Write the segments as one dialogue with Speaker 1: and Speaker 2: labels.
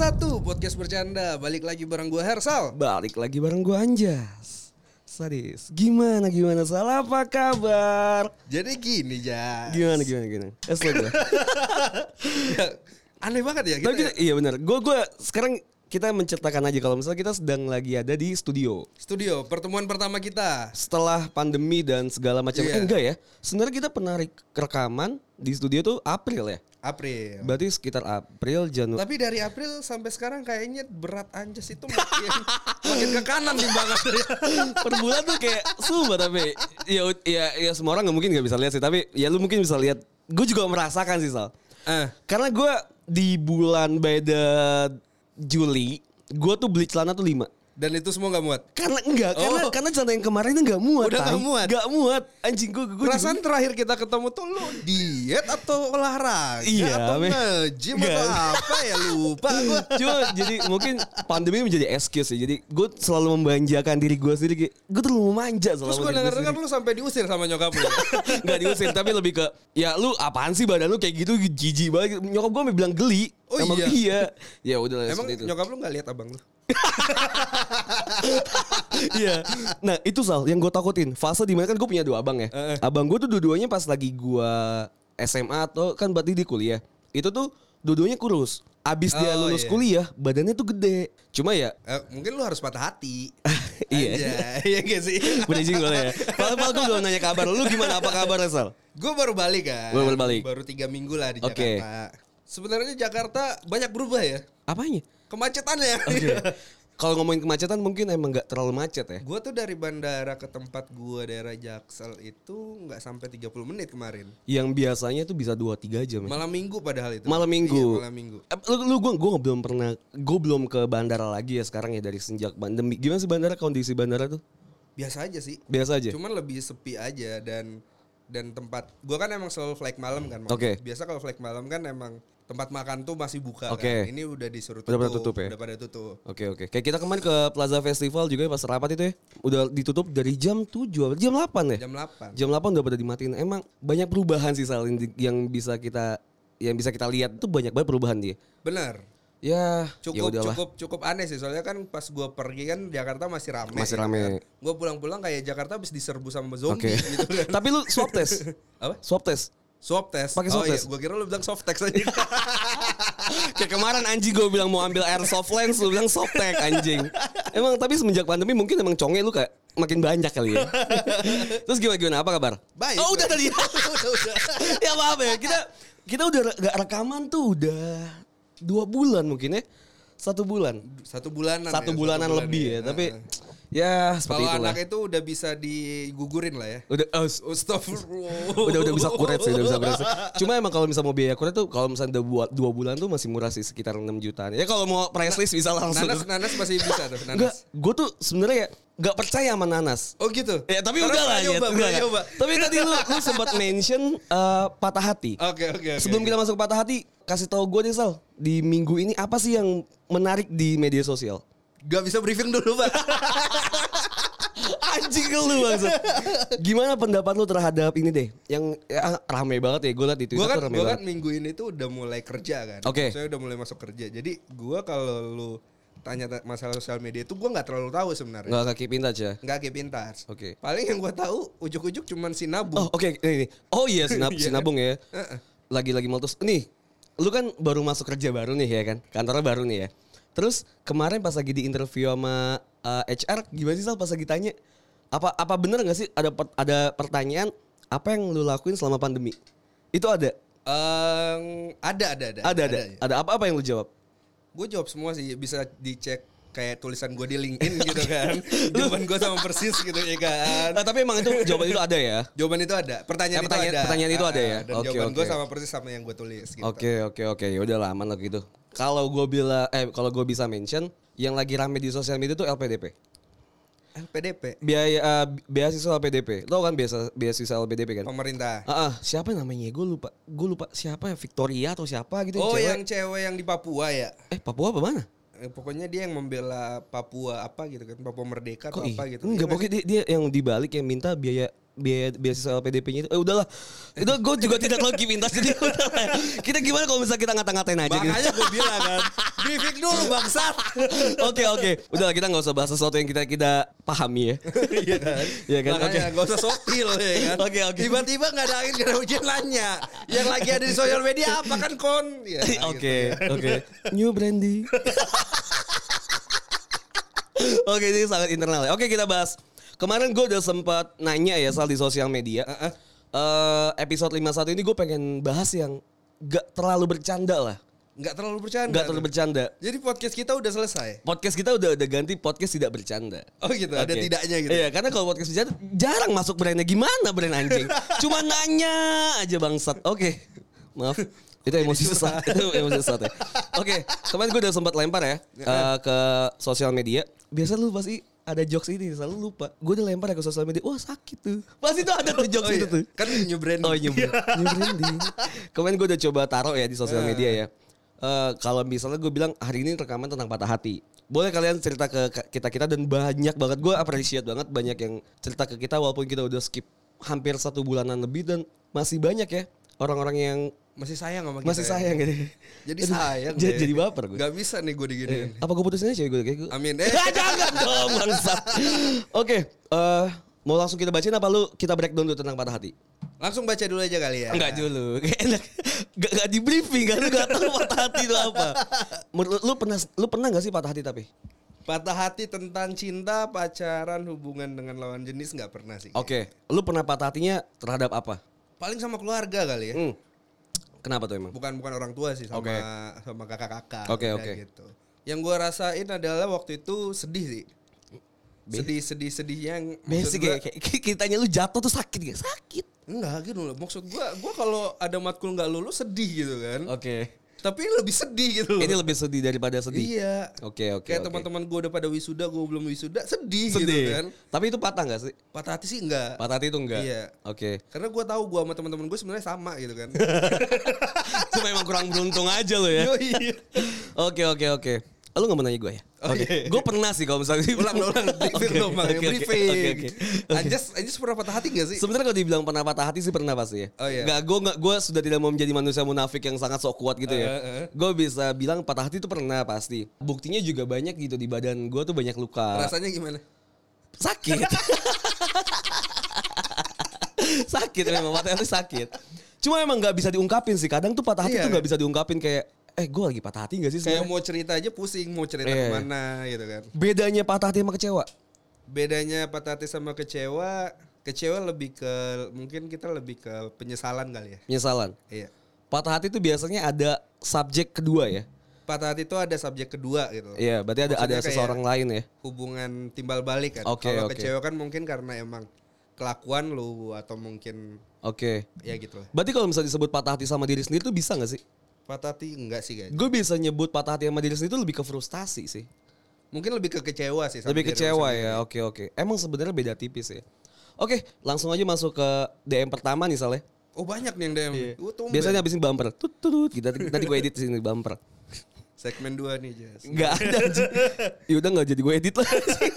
Speaker 1: podcast bercanda. Balik lagi bareng gue Hersal.
Speaker 2: Balik lagi bareng gue Anjas Sadis Gimana gimana salah apa kabar
Speaker 1: Jadi gini ya.
Speaker 2: Gimana gimana gimana Eh slow gue
Speaker 1: Aneh banget ya
Speaker 2: Tapi
Speaker 1: kita.
Speaker 2: kita, iya benar Gue gue sekarang kita menceritakan aja Kalau misalnya kita sedang lagi ada di studio
Speaker 1: Studio pertemuan pertama kita.
Speaker 2: Setelah pandemi dan segala macam
Speaker 1: Iya.
Speaker 2: Eh enggak ya Sebenarnya kita pernah rek- rekaman di studio tuh April ya
Speaker 1: April.
Speaker 2: Berarti sekitar April, Januari
Speaker 1: Tapi dari April sampai sekarang kayaknya berat Anjas itu makin makin ke kanan nih banget.
Speaker 2: per bulan tuh kayak sumpah tapi ya ya ya semua orang nggak mungkin nggak bisa lihat sih tapi ya lu mungkin bisa lihat gue juga merasakan sih sal
Speaker 1: Eh.
Speaker 2: karena gue di bulan by the Juli gue tuh beli celana tuh lima
Speaker 1: Dan itu semua nggak muat.
Speaker 2: karena enggak karena
Speaker 1: Oh.
Speaker 2: karena celana yang kemarin tuh nggak muat
Speaker 1: Udah
Speaker 2: Tai.
Speaker 1: nggak muat.
Speaker 2: nggak muat anjing gue gue
Speaker 1: Perasaan terakhir kita ketemu tuh lu diet atau olahraga
Speaker 2: Iya,
Speaker 1: atau
Speaker 2: men.
Speaker 1: nge-gym atau
Speaker 2: Nggak.
Speaker 1: apa ya lupa gue.
Speaker 2: Cuma jadi mungkin pandemi menjadi excuse ya. Jadi gue selalu membanjakan diri gue sendiri. kayak, Gue terlalu memanja
Speaker 1: Terus
Speaker 2: selama
Speaker 1: gue
Speaker 2: diri gua
Speaker 1: denger-denger
Speaker 2: sendiri.
Speaker 1: lu sampai diusir sama nyokap lu.
Speaker 2: Gak diusir tapi lebih ke Ya lu apaan sih badan lu kayak gitu jijik banget Nyokap gue bilang geli
Speaker 1: Oh
Speaker 2: Emang
Speaker 1: iya?
Speaker 2: iya Ya udah lah
Speaker 1: Emang
Speaker 2: seperti itu
Speaker 1: nyokap lu nggak lihat abang lu?
Speaker 2: Iya Nah itu Sal yang gue takutin Fase dimana kan gue punya dua abang ya
Speaker 1: Heeh.
Speaker 2: Abang gue tuh dua-duanya pas lagi gue SMA atau kan berarti di kuliah Itu tuh dua-duanya kurus Abis dia
Speaker 1: Oh, iya.
Speaker 2: lulus kuliah badannya tuh gede Cuma ya
Speaker 1: Eh, mungkin lu harus patah hati.
Speaker 2: Iya.
Speaker 1: Aja. Iya gak sih?
Speaker 2: Berijing gue ya Padahal padahal gue belum nanya kabar Lu gimana apa kabar Sal?
Speaker 1: Gue baru balik kan.
Speaker 2: Baru balik.
Speaker 1: Baru tiga minggu lah di
Speaker 2: Oke.
Speaker 1: Jakarta. Sebenarnya Jakarta banyak berubah ya.
Speaker 2: Apanya?
Speaker 1: Kemacetannya.
Speaker 2: Oke. Kalau ngomongin kemacetan mungkin emang gak terlalu macet ya
Speaker 1: Gue tuh dari bandara ke tempat gue daerah Jaksel itu nggak sampai 30 menit kemarin.
Speaker 2: yang biasanya tuh bisa 2 3 jam. ya.
Speaker 1: Malam minggu padahal itu.
Speaker 2: Malam
Speaker 1: Iya,
Speaker 2: minggu.
Speaker 1: malam minggu.
Speaker 2: Eh, Lu, lu gua gua belum pernah gua belum ke bandara lagi ya sekarang ya dari sejak pandemi. Gimana sih bandara kondisi bandara tuh?
Speaker 1: Biasa aja sih.
Speaker 2: Biasa aja.
Speaker 1: Cuman lebih sepi aja dan dan tempat gue kan emang selalu flag malam kan. Mas.
Speaker 2: Oke.
Speaker 1: Biasa kalau flag malam kan emang tempat makan tuh masih buka
Speaker 2: Oke.
Speaker 1: kan. Ini udah disuruh tutup.
Speaker 2: Udah pada tutup ya?
Speaker 1: Udah pada tutup.
Speaker 2: Oke oke. Kayak kita kemarin ke Plaza Festival juga ya pas rapat itu ya. Udah ditutup dari jam 7 apa jam 8 ya?
Speaker 1: Jam 8.
Speaker 2: Jam 8 udah pada dimatiin. Emang banyak perubahan sih Sal yang di- yang bisa kita yang bisa kita lihat tuh banyak banget perubahan dia.
Speaker 1: Bener.
Speaker 2: Ya, ya
Speaker 1: Cukup
Speaker 2: udahlah.
Speaker 1: cukup cukup aneh sih soalnya kan pas gua pergi kan Jakarta masih rame.
Speaker 2: Masih
Speaker 1: gitu
Speaker 2: rame.
Speaker 1: kan. Gua pulang-pulang kayak Jakarta habis diserbu sama zombie
Speaker 2: Oke.
Speaker 1: gitu kan.
Speaker 2: Tapi lu swab test.
Speaker 1: Apa?
Speaker 2: Swab test.
Speaker 1: Swab test.
Speaker 2: Pakai swab
Speaker 1: iya,
Speaker 2: test.
Speaker 1: Gua kira lu bilang soft test aja.
Speaker 2: Kayak kemarin anjing gue bilang mau ambil airsoft lens, lu bilang softtek anjing. Emang tapi semenjak pandemi mungkin emang conge lu kayak makin banyak kali ya. Terus gimana gimana apa kabar?
Speaker 1: Baik.
Speaker 2: Oh udah tadi.
Speaker 1: udah, udah.
Speaker 2: ya maaf ya kita kita udah re- gak rekaman tuh udah dua bulan mungkin ya satu bulan
Speaker 1: Satu bulanan. ya,
Speaker 2: satu bulanan
Speaker 1: bulan
Speaker 2: lebih ya,
Speaker 1: Nah,
Speaker 2: tapi
Speaker 1: nah.
Speaker 2: ya seperti
Speaker 1: kalau
Speaker 2: itulah.
Speaker 1: anak itu udah bisa digugurin lah ya.
Speaker 2: Udah oh, s-
Speaker 1: Astagfirullah.
Speaker 2: udah udah bisa kuret sih udah bisa kuret sih. Cuma emang kalau misalnya mau biaya kuret tuh kalau misalnya udah buat dua bulan tuh masih murah sih sekitar 6 jutaan. Ya kalau mau price list bisa langsung.
Speaker 1: Nanas nanas masih bisa tuh
Speaker 2: Enggak,
Speaker 1: nanas.
Speaker 2: gue tuh sebenarnya ya nggak percaya sama nanas.
Speaker 1: Oh gitu.
Speaker 2: Ya tapi
Speaker 1: Karena
Speaker 2: udah lah
Speaker 1: pernah
Speaker 2: ya.
Speaker 1: nyoba,
Speaker 2: enggak,
Speaker 1: pernah
Speaker 2: enggak.
Speaker 1: nyoba.
Speaker 2: Tapi tadi lu, lu sempat mention eh, patah hati.
Speaker 1: Oke oke oke.
Speaker 2: Sebelum kita masuk ke patah hati, kasih tahu gue deh Sal, di minggu ini apa sih yang menarik di media sosial?
Speaker 1: Gak bisa briefing dulu, Pak.
Speaker 2: Anjing lu maksud. Gimana pendapat lu terhadap ini deh? Yang ya, rame banget ya, gue liat di Twitter
Speaker 1: Gue kan,
Speaker 2: tuh rame
Speaker 1: gua kan
Speaker 2: banget.
Speaker 1: minggu ini tuh udah mulai kerja kan.
Speaker 2: Oke.
Speaker 1: Saya udah mulai masuk kerja. Jadi gua kalau lu tanya ta- masalah sosial media itu gua nggak terlalu tahu sebenarnya.
Speaker 2: Nggak kaki pintas ya.
Speaker 1: Nggak kayak pintar.
Speaker 2: Oke.
Speaker 1: Paling yang gua tahu ujuk-ujuk cuman si Nabu.
Speaker 2: Oh oke, ini, ini. Oh iya sinab,
Speaker 1: Iya.
Speaker 2: sinabung ya. Lagi-lagi meletus. Nih, lu kan baru masuk kerja baru nih ya kan? Kantornya baru nih ya. Terus kemarin pas lagi di interview sama uh, HR, gimana sih Sal pas lagi tanya? Apa apa bener gak sih ada per- ada pertanyaan apa yang lu lakuin selama pandemi? Itu ada.
Speaker 1: Em, ada ada ada.
Speaker 2: Ada ada.
Speaker 1: ya.
Speaker 2: Ada apa-apa yang lu jawab?
Speaker 1: Gua jawab semua sih bisa dicek kayak tulisan gua di LinkedIn gitu kan. Jawaban gua sama persis gitu ya kan.
Speaker 2: Nah, tapi emang itu jawaban itu ada ya.
Speaker 1: Jawaban itu ada. Pertanyaan,
Speaker 2: Eh, pertanyaan-
Speaker 1: itu ada.
Speaker 2: pertanyaan itu ada
Speaker 1: Ah,
Speaker 2: ya?
Speaker 1: Dan
Speaker 2: Oke,
Speaker 1: jawaban gua
Speaker 2: oke.
Speaker 1: sama persis sama yang gua tulis gitu.
Speaker 2: Oke oke oke yaudah lah aman lah gitu. Kalau gue bila eh kalau gue bisa mention yang lagi rame di sosial media itu LPDP.
Speaker 1: LPDP
Speaker 2: biaya eh, beasiswa LPDP. Lo kan biasa beasiswa LPDP kan?
Speaker 1: pemerintah.
Speaker 2: Ah, ah, siapa namanya? Gue lupa. Gue lupa siapa ya? Victoria atau siapa gitu
Speaker 1: Oh,
Speaker 2: cewek.
Speaker 1: yang cewek yang di Papua ya?
Speaker 2: eh Papua apa mana?
Speaker 1: Eh, Pokoknya dia yang membela Papua apa gitu kan, Papua Merdeka atau
Speaker 2: Kok iya?
Speaker 1: apa gitu.
Speaker 2: Enggak,
Speaker 1: Iya nggak
Speaker 2: pokoknya dia, dia yang dibalik yang minta biaya biaya beasiswa LPDP-nya itu eh udahlah. Itu gue juga tidak lagi pintas jadi udahlah. Kita gimana kalau misalnya kita ngata-ngatain aja gitu.
Speaker 1: Makanya gue bilang kan, bifik dulu bangsat.
Speaker 2: Oke oke, udahlah kita nggak usah bahas sesuatu yang kita kita pahami ya.
Speaker 1: Iya kan?
Speaker 2: Iya kan?
Speaker 1: Makanya
Speaker 2: Oke.
Speaker 1: nggak usah sokil ya kan.
Speaker 2: Oke, oke.
Speaker 1: Tiba-tiba nggak ada angin nggak ada hujan nanya. Yang lagi ada di sosial media apa kan kon? Ya, gitu.
Speaker 2: Oke oke, new brandy. Oke ini sangat internal ya. Oke kita bahas. Kemarin gue udah sempat nanya ya soal di sosial media.
Speaker 1: Heeh.
Speaker 2: Eh, episode 51 ini gue pengen bahas yang gak terlalu bercanda lah.
Speaker 1: Nggak terlalu bercanda.
Speaker 2: Gak terlalu bercanda.
Speaker 1: Jadi podcast kita udah selesai.
Speaker 2: Podcast kita udah udah ganti podcast tidak bercanda.
Speaker 1: Oh gitu, ada
Speaker 2: Oke.
Speaker 1: tidaknya gitu.
Speaker 2: Iya, karena kalau podcast bercanda jarang masuk brandnya. Gimana brand anjing? Cuma nanya aja bangsat. Oke, maaf. Itu emosi sesat. Itu emosi sesat ya. Oke, kemarin gue udah sempat lempar ya eh, ke sosial media. Biasa lu pasti ada jokes ini selalu lupa. Gue udah lempar ya ke sosial media. Wah sakit tuh. Pasti tuh ada tuh jokes
Speaker 1: Oh,
Speaker 2: itu
Speaker 1: iya.
Speaker 2: tuh.
Speaker 1: Kan new brand.
Speaker 2: Oh iya bener. New branding. Kemarin gue udah coba taruh ya di
Speaker 1: Iya.
Speaker 2: sosial media ya. Eh, kalau misalnya gue bilang hari ini rekaman tentang patah hati. Boleh kalian cerita ke kita kita dan banyak banget gue appreciate banget banyak yang cerita ke kita walaupun kita udah skip hampir satu bulanan lebih dan masih banyak ya orang-orang yang
Speaker 1: Masih sayang sama kita.
Speaker 2: masih
Speaker 1: ya.
Speaker 2: sayang gitu.
Speaker 1: Jadi
Speaker 2: Aduh,
Speaker 1: sayang.
Speaker 2: Jadi,
Speaker 1: deh.
Speaker 2: jadi baper Iya. gue.
Speaker 1: Nggak bisa nih gue diginiin.
Speaker 2: Apa gue putusin aja gue kayak gue.
Speaker 1: Amin. Eh.
Speaker 2: Ah, jangan dong bangsat. Oke, eh, mau langsung kita bacain apa lu kita breakdown dulu tentang patah hati?
Speaker 1: Langsung baca dulu aja kali ya.
Speaker 2: Enggak dulu. Kayak Enak. Gak, gak di briefing kan lu gak tahu patah hati itu apa. Menurut lu, lu pernah lu pernah gak sih patah hati tapi?
Speaker 1: Patah hati tentang cinta, pacaran, hubungan dengan lawan jenis nggak pernah sih.
Speaker 2: Oke, lu pernah patah hatinya terhadap apa?
Speaker 1: Paling sama keluarga kali ya.
Speaker 2: Hmm. Kenapa tuh emang?
Speaker 1: Bukan bukan orang tua sih sama
Speaker 2: Oke.
Speaker 1: sama kakak-kakak. udah
Speaker 2: Oke, oke.
Speaker 1: Gitu. Yang gua rasain adalah waktu itu sedih sih. Sedih sedih sedih yang maksud
Speaker 2: Basic
Speaker 1: gua-
Speaker 2: ya, kayak kayak kitanya lu jatuh tuh sakit gak? Sakit.
Speaker 1: Enggak gitu loh. Maksud gua gua kalau ada matkul nggak lulus sedih gitu kan.
Speaker 2: Oke.
Speaker 1: Tapi ini lebih sedih gitu loh.
Speaker 2: Oh. Ini lebih sedih daripada sedih.
Speaker 1: Iya.
Speaker 2: Oke, oke.
Speaker 1: Kayak
Speaker 2: oke.
Speaker 1: teman-teman gua udah pada wisuda, gua belum wisuda, sedih, gitu
Speaker 2: sedih.
Speaker 1: kan.
Speaker 2: Tapi itu patah gak sih?
Speaker 1: Patah hati sih enggak.
Speaker 2: Patah hati itu enggak?
Speaker 1: Iya.
Speaker 2: Oke.
Speaker 1: Karena gua tahu gua sama teman-teman gue sebenarnya sama gitu kan.
Speaker 2: Cuma emang kurang beruntung aja lo ya.
Speaker 1: Yoi.
Speaker 2: Oke oke oke. Lu gak mau nanya gue ya? Oke. Gue pernah sih kalau misalnya
Speaker 1: ulang ulang briefing dong bang
Speaker 2: Oke, oke,
Speaker 1: briefing.
Speaker 2: Oke oke. Oke.
Speaker 1: Anjas Anjas pernah patah hati gak sih?
Speaker 2: Sebenarnya kalau dibilang pernah patah hati sih pernah pasti ya.
Speaker 1: Oh, iya.
Speaker 2: Nggak, gue nggak gue sudah tidak mau menjadi manusia munafik yang sangat sok kuat gitu ya.
Speaker 1: Eh, eh, eh.
Speaker 2: Gue bisa bilang patah hati itu pernah pasti. Buktinya juga banyak gitu di badan gue tuh banyak luka.
Speaker 1: Rasanya gimana?
Speaker 2: sakit. sakit memang patah hati sakit. Cuma emang nggak bisa diungkapin sih. Kadang tuh patah hati
Speaker 1: Iya.
Speaker 2: tuh nggak bisa diungkapin kayak eh gue lagi patah hati gak sih
Speaker 1: Kayak
Speaker 2: sebenarnya?
Speaker 1: mau cerita aja pusing, mau cerita
Speaker 2: Iya.
Speaker 1: kemana gitu kan.
Speaker 2: Bedanya patah hati sama kecewa.
Speaker 1: Bedanya patah hati sama kecewa, kecewa lebih ke mungkin kita lebih ke penyesalan kali ya.
Speaker 2: Penyesalan.
Speaker 1: Iya.
Speaker 2: Patah hati tuh biasanya ada subjek kedua ya.
Speaker 1: Patah hati itu ada subjek kedua gitu.
Speaker 2: Iya, berarti ada ada
Speaker 1: Maksudnya kayak-
Speaker 2: seseorang lain ya.
Speaker 1: Hubungan timbal balik kan.
Speaker 2: Oke,
Speaker 1: Kalau
Speaker 2: oke.
Speaker 1: kecewa kan mungkin karena emang kelakuan lu atau mungkin
Speaker 2: Oke.
Speaker 1: ya gitu lah.
Speaker 2: Berarti kalau misalnya disebut patah hati sama diri sendiri tuh bisa gak sih?
Speaker 1: Patah hati enggak sih guys.
Speaker 2: Gue bisa nyebut patah hati sama diri sendiri itu lebih ke frustasi sih.
Speaker 1: Mungkin lebih ke kecewa sih. sama diri
Speaker 2: lebih
Speaker 1: lu
Speaker 2: kecewa
Speaker 1: Kan sendiri.
Speaker 2: ya. Oke oke. Emang sebenarnya beda tipis ya. Oke, langsung aja masuk ke DM pertama nih Saleh.
Speaker 1: Oh banyak nih yang DM. Oh, tumben.
Speaker 2: Iya. Biasanya habisin bumper. Tut tut. Kita nanti gue edit sini bumper.
Speaker 1: Segmen 2 nih Jas.
Speaker 2: Enggak ada. anjing. ya udah nggak jadi gue edit lah. anjing.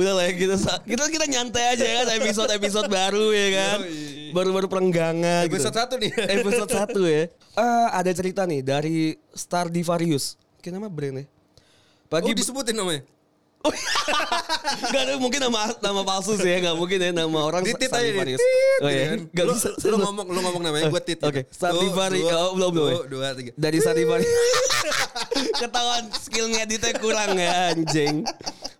Speaker 2: udah lah ya kita sa- kita kita nyantai aja ya kan episode episode baru ya kan
Speaker 1: Yoi.
Speaker 2: baru-baru perenggangan gitu.
Speaker 1: Episode satu nih.
Speaker 2: episode 1 ya. Eh ada cerita nih dari Star Divarius. Kayak nama brand ya. Pagi
Speaker 1: Oh disebutin namanya.
Speaker 2: Gak ada mungkin nama nama palsu sih ya, gak mungkin ya nama orang
Speaker 1: Titit
Speaker 2: Star
Speaker 1: aja nih.
Speaker 2: Divarius.
Speaker 1: Tit.
Speaker 2: Oh ya,
Speaker 1: kan?
Speaker 2: gak
Speaker 1: Lu-
Speaker 2: bisa.
Speaker 1: Lu, ngomong lu ngomong namanya gue tit.
Speaker 2: Oke, Star
Speaker 1: Satu,
Speaker 2: Divarius.
Speaker 1: dua,
Speaker 2: Oh, belum belum. ya.
Speaker 1: dua, Dua, tiga.
Speaker 2: Dari Star Divarius. Ketahuan skill ngeditnya kurang ya anjing.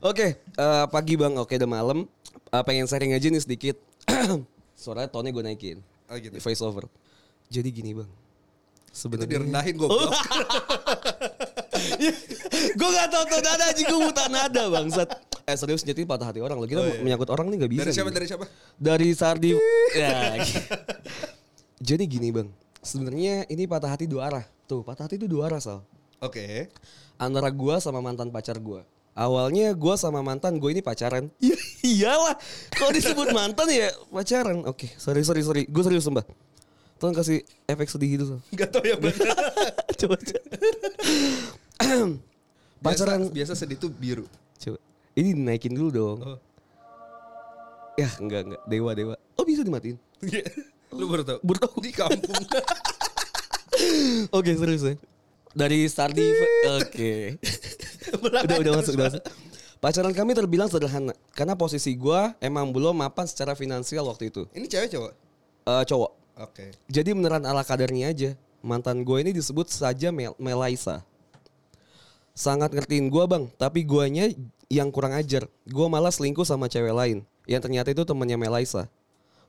Speaker 2: Oke, eh, pagi Bang. Oke, udah malam. Eh, pengen sharing aja nih sedikit. Suaranya tone gue naikin.
Speaker 1: Oh, gitu.
Speaker 2: Voice over. Jadi gini, Bang.
Speaker 1: Itu
Speaker 2: Sebenarnya
Speaker 1: direndahin
Speaker 2: Oh,
Speaker 1: goblok.
Speaker 2: gue gak tau tau nada anjing gue buta nada bangsat eh serius jadi patah hati orang lagi kita menyangkut orang nih gak bisa
Speaker 1: Oh, iya. Dari siapa?
Speaker 2: gitu.
Speaker 1: Dari siapa?
Speaker 2: dari Sardi ya. jadi gini bang sebenarnya ini patah hati dua arah tuh patah hati itu dua arah sal
Speaker 1: Oke.
Speaker 2: antara gua sama mantan pacar gua awalnya gua sama mantan gue ini pacaran ya iyalah kalau disebut mantan ya pacaran oke sorry sorry sorry gue serius mbak tolong kasih efek sedih gitu Sal.
Speaker 1: Gak tau yang benar.
Speaker 2: coba coba. pacaran
Speaker 1: Biasa, biasa sedih tuh biru.
Speaker 2: Oh. Coba. Ini dinaikin dulu dong.
Speaker 1: Oh.
Speaker 2: Ya enggak enggak dewa dewa. Oh bisa dimatiin.
Speaker 1: Iya. Lu baru tau?
Speaker 2: Baru tau.
Speaker 1: Di kampung.
Speaker 2: Oke serius ya. Dari Stardi. Oke. udah udah masuk udah masuk. Pacaran kami terbilang sederhana karena posisi gua emang belum mapan secara finansial waktu itu.
Speaker 1: Ini cewek cowok?
Speaker 2: Eh cowok.
Speaker 1: Oke.
Speaker 2: Jadi beneran ala kadarnya aja. Mantan gue ini disebut saja Mel- Melaisa. Sangat ngertiin gue bang, tapi guanya yang kurang ajar. Gue malah selingkuh sama cewek lain. Yang ternyata itu temannya Melaisa.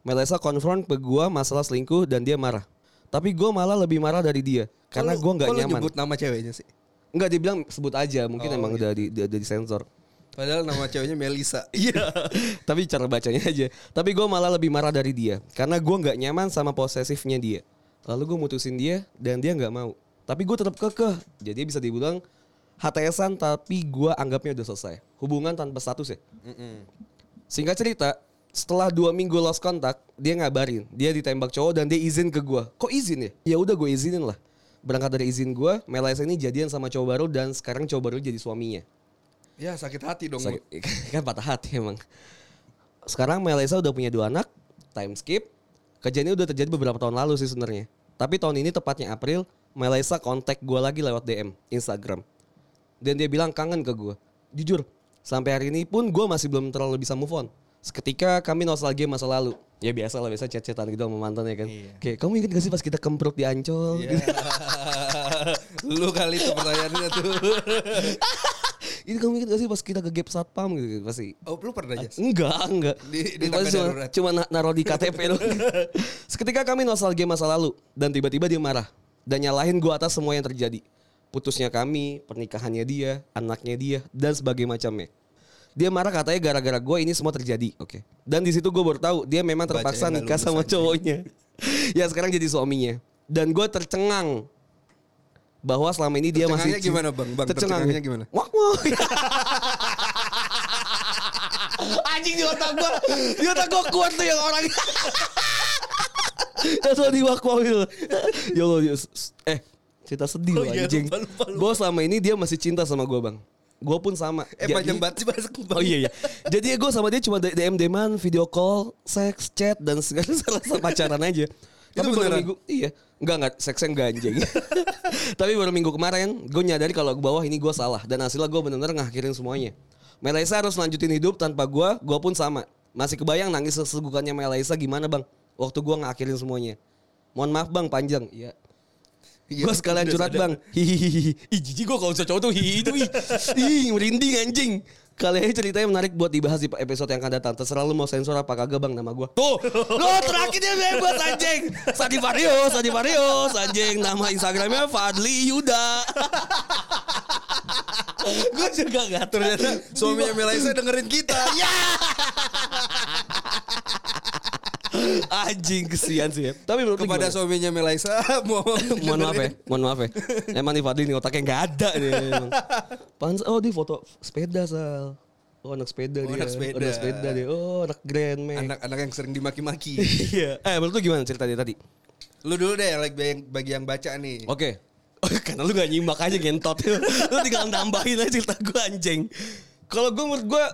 Speaker 2: Melaisa konfront ke gue masalah selingkuh dan dia marah. Tapi gue malah lebih marah dari dia. Karena
Speaker 1: Kok lu-
Speaker 2: gue nggak
Speaker 1: kok lu
Speaker 2: nyaman.
Speaker 1: nyebut nama ceweknya sih?
Speaker 2: Nggak dibilang sebut aja, mungkin
Speaker 1: Oh,
Speaker 2: emang udah di, udah di sensor.
Speaker 1: Padahal nama ceweknya Melisa.
Speaker 2: Iya. Tapi cara bacanya aja. Tapi gue malah lebih marah dari dia karena gue nggak nyaman sama posesifnya dia. Lalu gue mutusin dia dan dia nggak mau. Tapi gue tetap kekeh. Jadi bisa dibilang HTSan tapi gue anggapnya udah selesai. Hubungan tanpa status ya. Singkat cerita, setelah dua minggu lost kontak, dia ngabarin dia ditembak cowok dan dia izin ke gue. Kok izin ya? Ya udah gue izinin lah. Berangkat dari izin gue, Melisa ini jadian sama cowok baru dan sekarang cowok baru jadi suaminya.
Speaker 1: Ya sakit hati dong.
Speaker 2: Sakit- kan patah hati emang. Sekarang Melisa udah punya dua anak, time skip. Kejadian ini udah terjadi beberapa tahun lalu sih sebenarnya. Tapi tahun ini tepatnya April, Melisa kontak gue lagi lewat DM Instagram. Dan dia bilang kangen ke gue. Jujur, sampai hari ini pun gue masih belum terlalu bisa move on. Seketika kami nostalgia masa lalu. Ya biasa lah, biasa chat-chatan gitu sama mantan ya kan.
Speaker 1: Iya.
Speaker 2: Oke, kamu ingat gak sih pas kita kemprut di Ancol? Gitu.
Speaker 1: Iya. Lu kali tuh pertanyaannya tuh.
Speaker 2: Ini kamu ingat gak sih pas kita ke Gap Satpam gitu, pasti
Speaker 1: Oh, lu pernah aja?
Speaker 2: Enggak, enggak.
Speaker 1: Di- di
Speaker 2: Itu
Speaker 1: tangga
Speaker 2: cuma,
Speaker 1: darurat.
Speaker 2: cuma na- naruh di KTP doang. Seketika kami nostalgia masa lalu dan tiba-tiba dia marah dan nyalahin gua atas semua yang terjadi. Putusnya kami, pernikahannya dia, anaknya dia dan sebagainya macamnya. Dia marah katanya gara-gara gua ini semua terjadi. Oke. Dan di situ gua baru tahu dia memang
Speaker 1: Baca
Speaker 2: terpaksa
Speaker 1: yang gak
Speaker 2: nikah
Speaker 1: lulus
Speaker 2: sama
Speaker 1: aja.
Speaker 2: cowoknya. ya sekarang jadi suaminya. Dan gua tercengang bahwa selama ini dia masih
Speaker 1: Tercengangnya gimana, Bang? Bang, tercengangnya gimana?
Speaker 2: Wak wak. Anjing di otak gua. Di otak gua kuat tuh yang orang. That's what wak wak gitu. Ya Allah, ya- eh cerita sedih
Speaker 1: Oh
Speaker 2: loh
Speaker 1: iya,
Speaker 2: anjing.
Speaker 1: lupa, lupa, lupa.
Speaker 2: Gua selama ini dia masih cinta sama gua, Bang. Gua pun sama.
Speaker 1: Eh,
Speaker 2: Jadi-
Speaker 1: panjang banget sih bahas kembang.
Speaker 2: Oh iya iya. Jadi gue sama dia cuma DM deman, video call, seks, chat dan segala salah pacaran aja.
Speaker 1: Itu
Speaker 2: Tapi baru
Speaker 1: beneran?
Speaker 2: minggu iya, enggak enggak seksnya enggak anjing. Tapi baru minggu kemarin gue nyadari kalau ke bawah ini gue salah dan hasilnya gue bener-bener ngakhirin semuanya. Melaisa harus lanjutin hidup tanpa gue, gue pun sama. Masih kebayang nangis sesegukannya Melaisa gimana bang? Waktu gue ngakhirin semuanya. Mohon maaf bang panjang. Iya.
Speaker 1: Iya,
Speaker 2: Gue sekalian
Speaker 1: udah
Speaker 2: curhat
Speaker 1: sadar.
Speaker 2: bang Hihihihi Ih jijik gue kalau bisa cowok tuh hihi itu ih. Ih merinding anjing Kali ini ceritanya menarik buat dibahas di episode yang akan datang Terserah lu mau sensor apa kagak bang nama gue Tuh Lo terakhir dia bebas anjing Sadi Varios Sadi Varios anjing Nama Instagramnya Fadli Yuda Gue juga gak
Speaker 1: Ternyata suaminya Melisa dengerin kita. Ya.
Speaker 2: Anjing kesian sih ya Tapi menurut lu
Speaker 1: Kepada
Speaker 2: gimana?
Speaker 1: suaminya Melisa, mohon
Speaker 2: mohon maaf ya,
Speaker 1: dengerin.
Speaker 2: mohon maaf ya. Emang nih Fadli nih otaknya nggak ada nih. Emang. Pans, oh dia foto sepeda sal. Oh anak sepeda
Speaker 1: Oh,
Speaker 2: dia.
Speaker 1: anak sepeda.
Speaker 2: Anak sepeda dia. Oh anak Grand Max.
Speaker 1: Anak-anak yang sering dimaki-maki.
Speaker 2: Iya. Eh menurut lu gimana cerita dia tadi?
Speaker 1: Lu dulu deh like, bagi yang bagi yang baca nih.
Speaker 2: Oke. Oh, Karena lu gak nyimak aja ngentot Lu tinggal nambahin aja cerita gue anjing Kalau gue menurut gue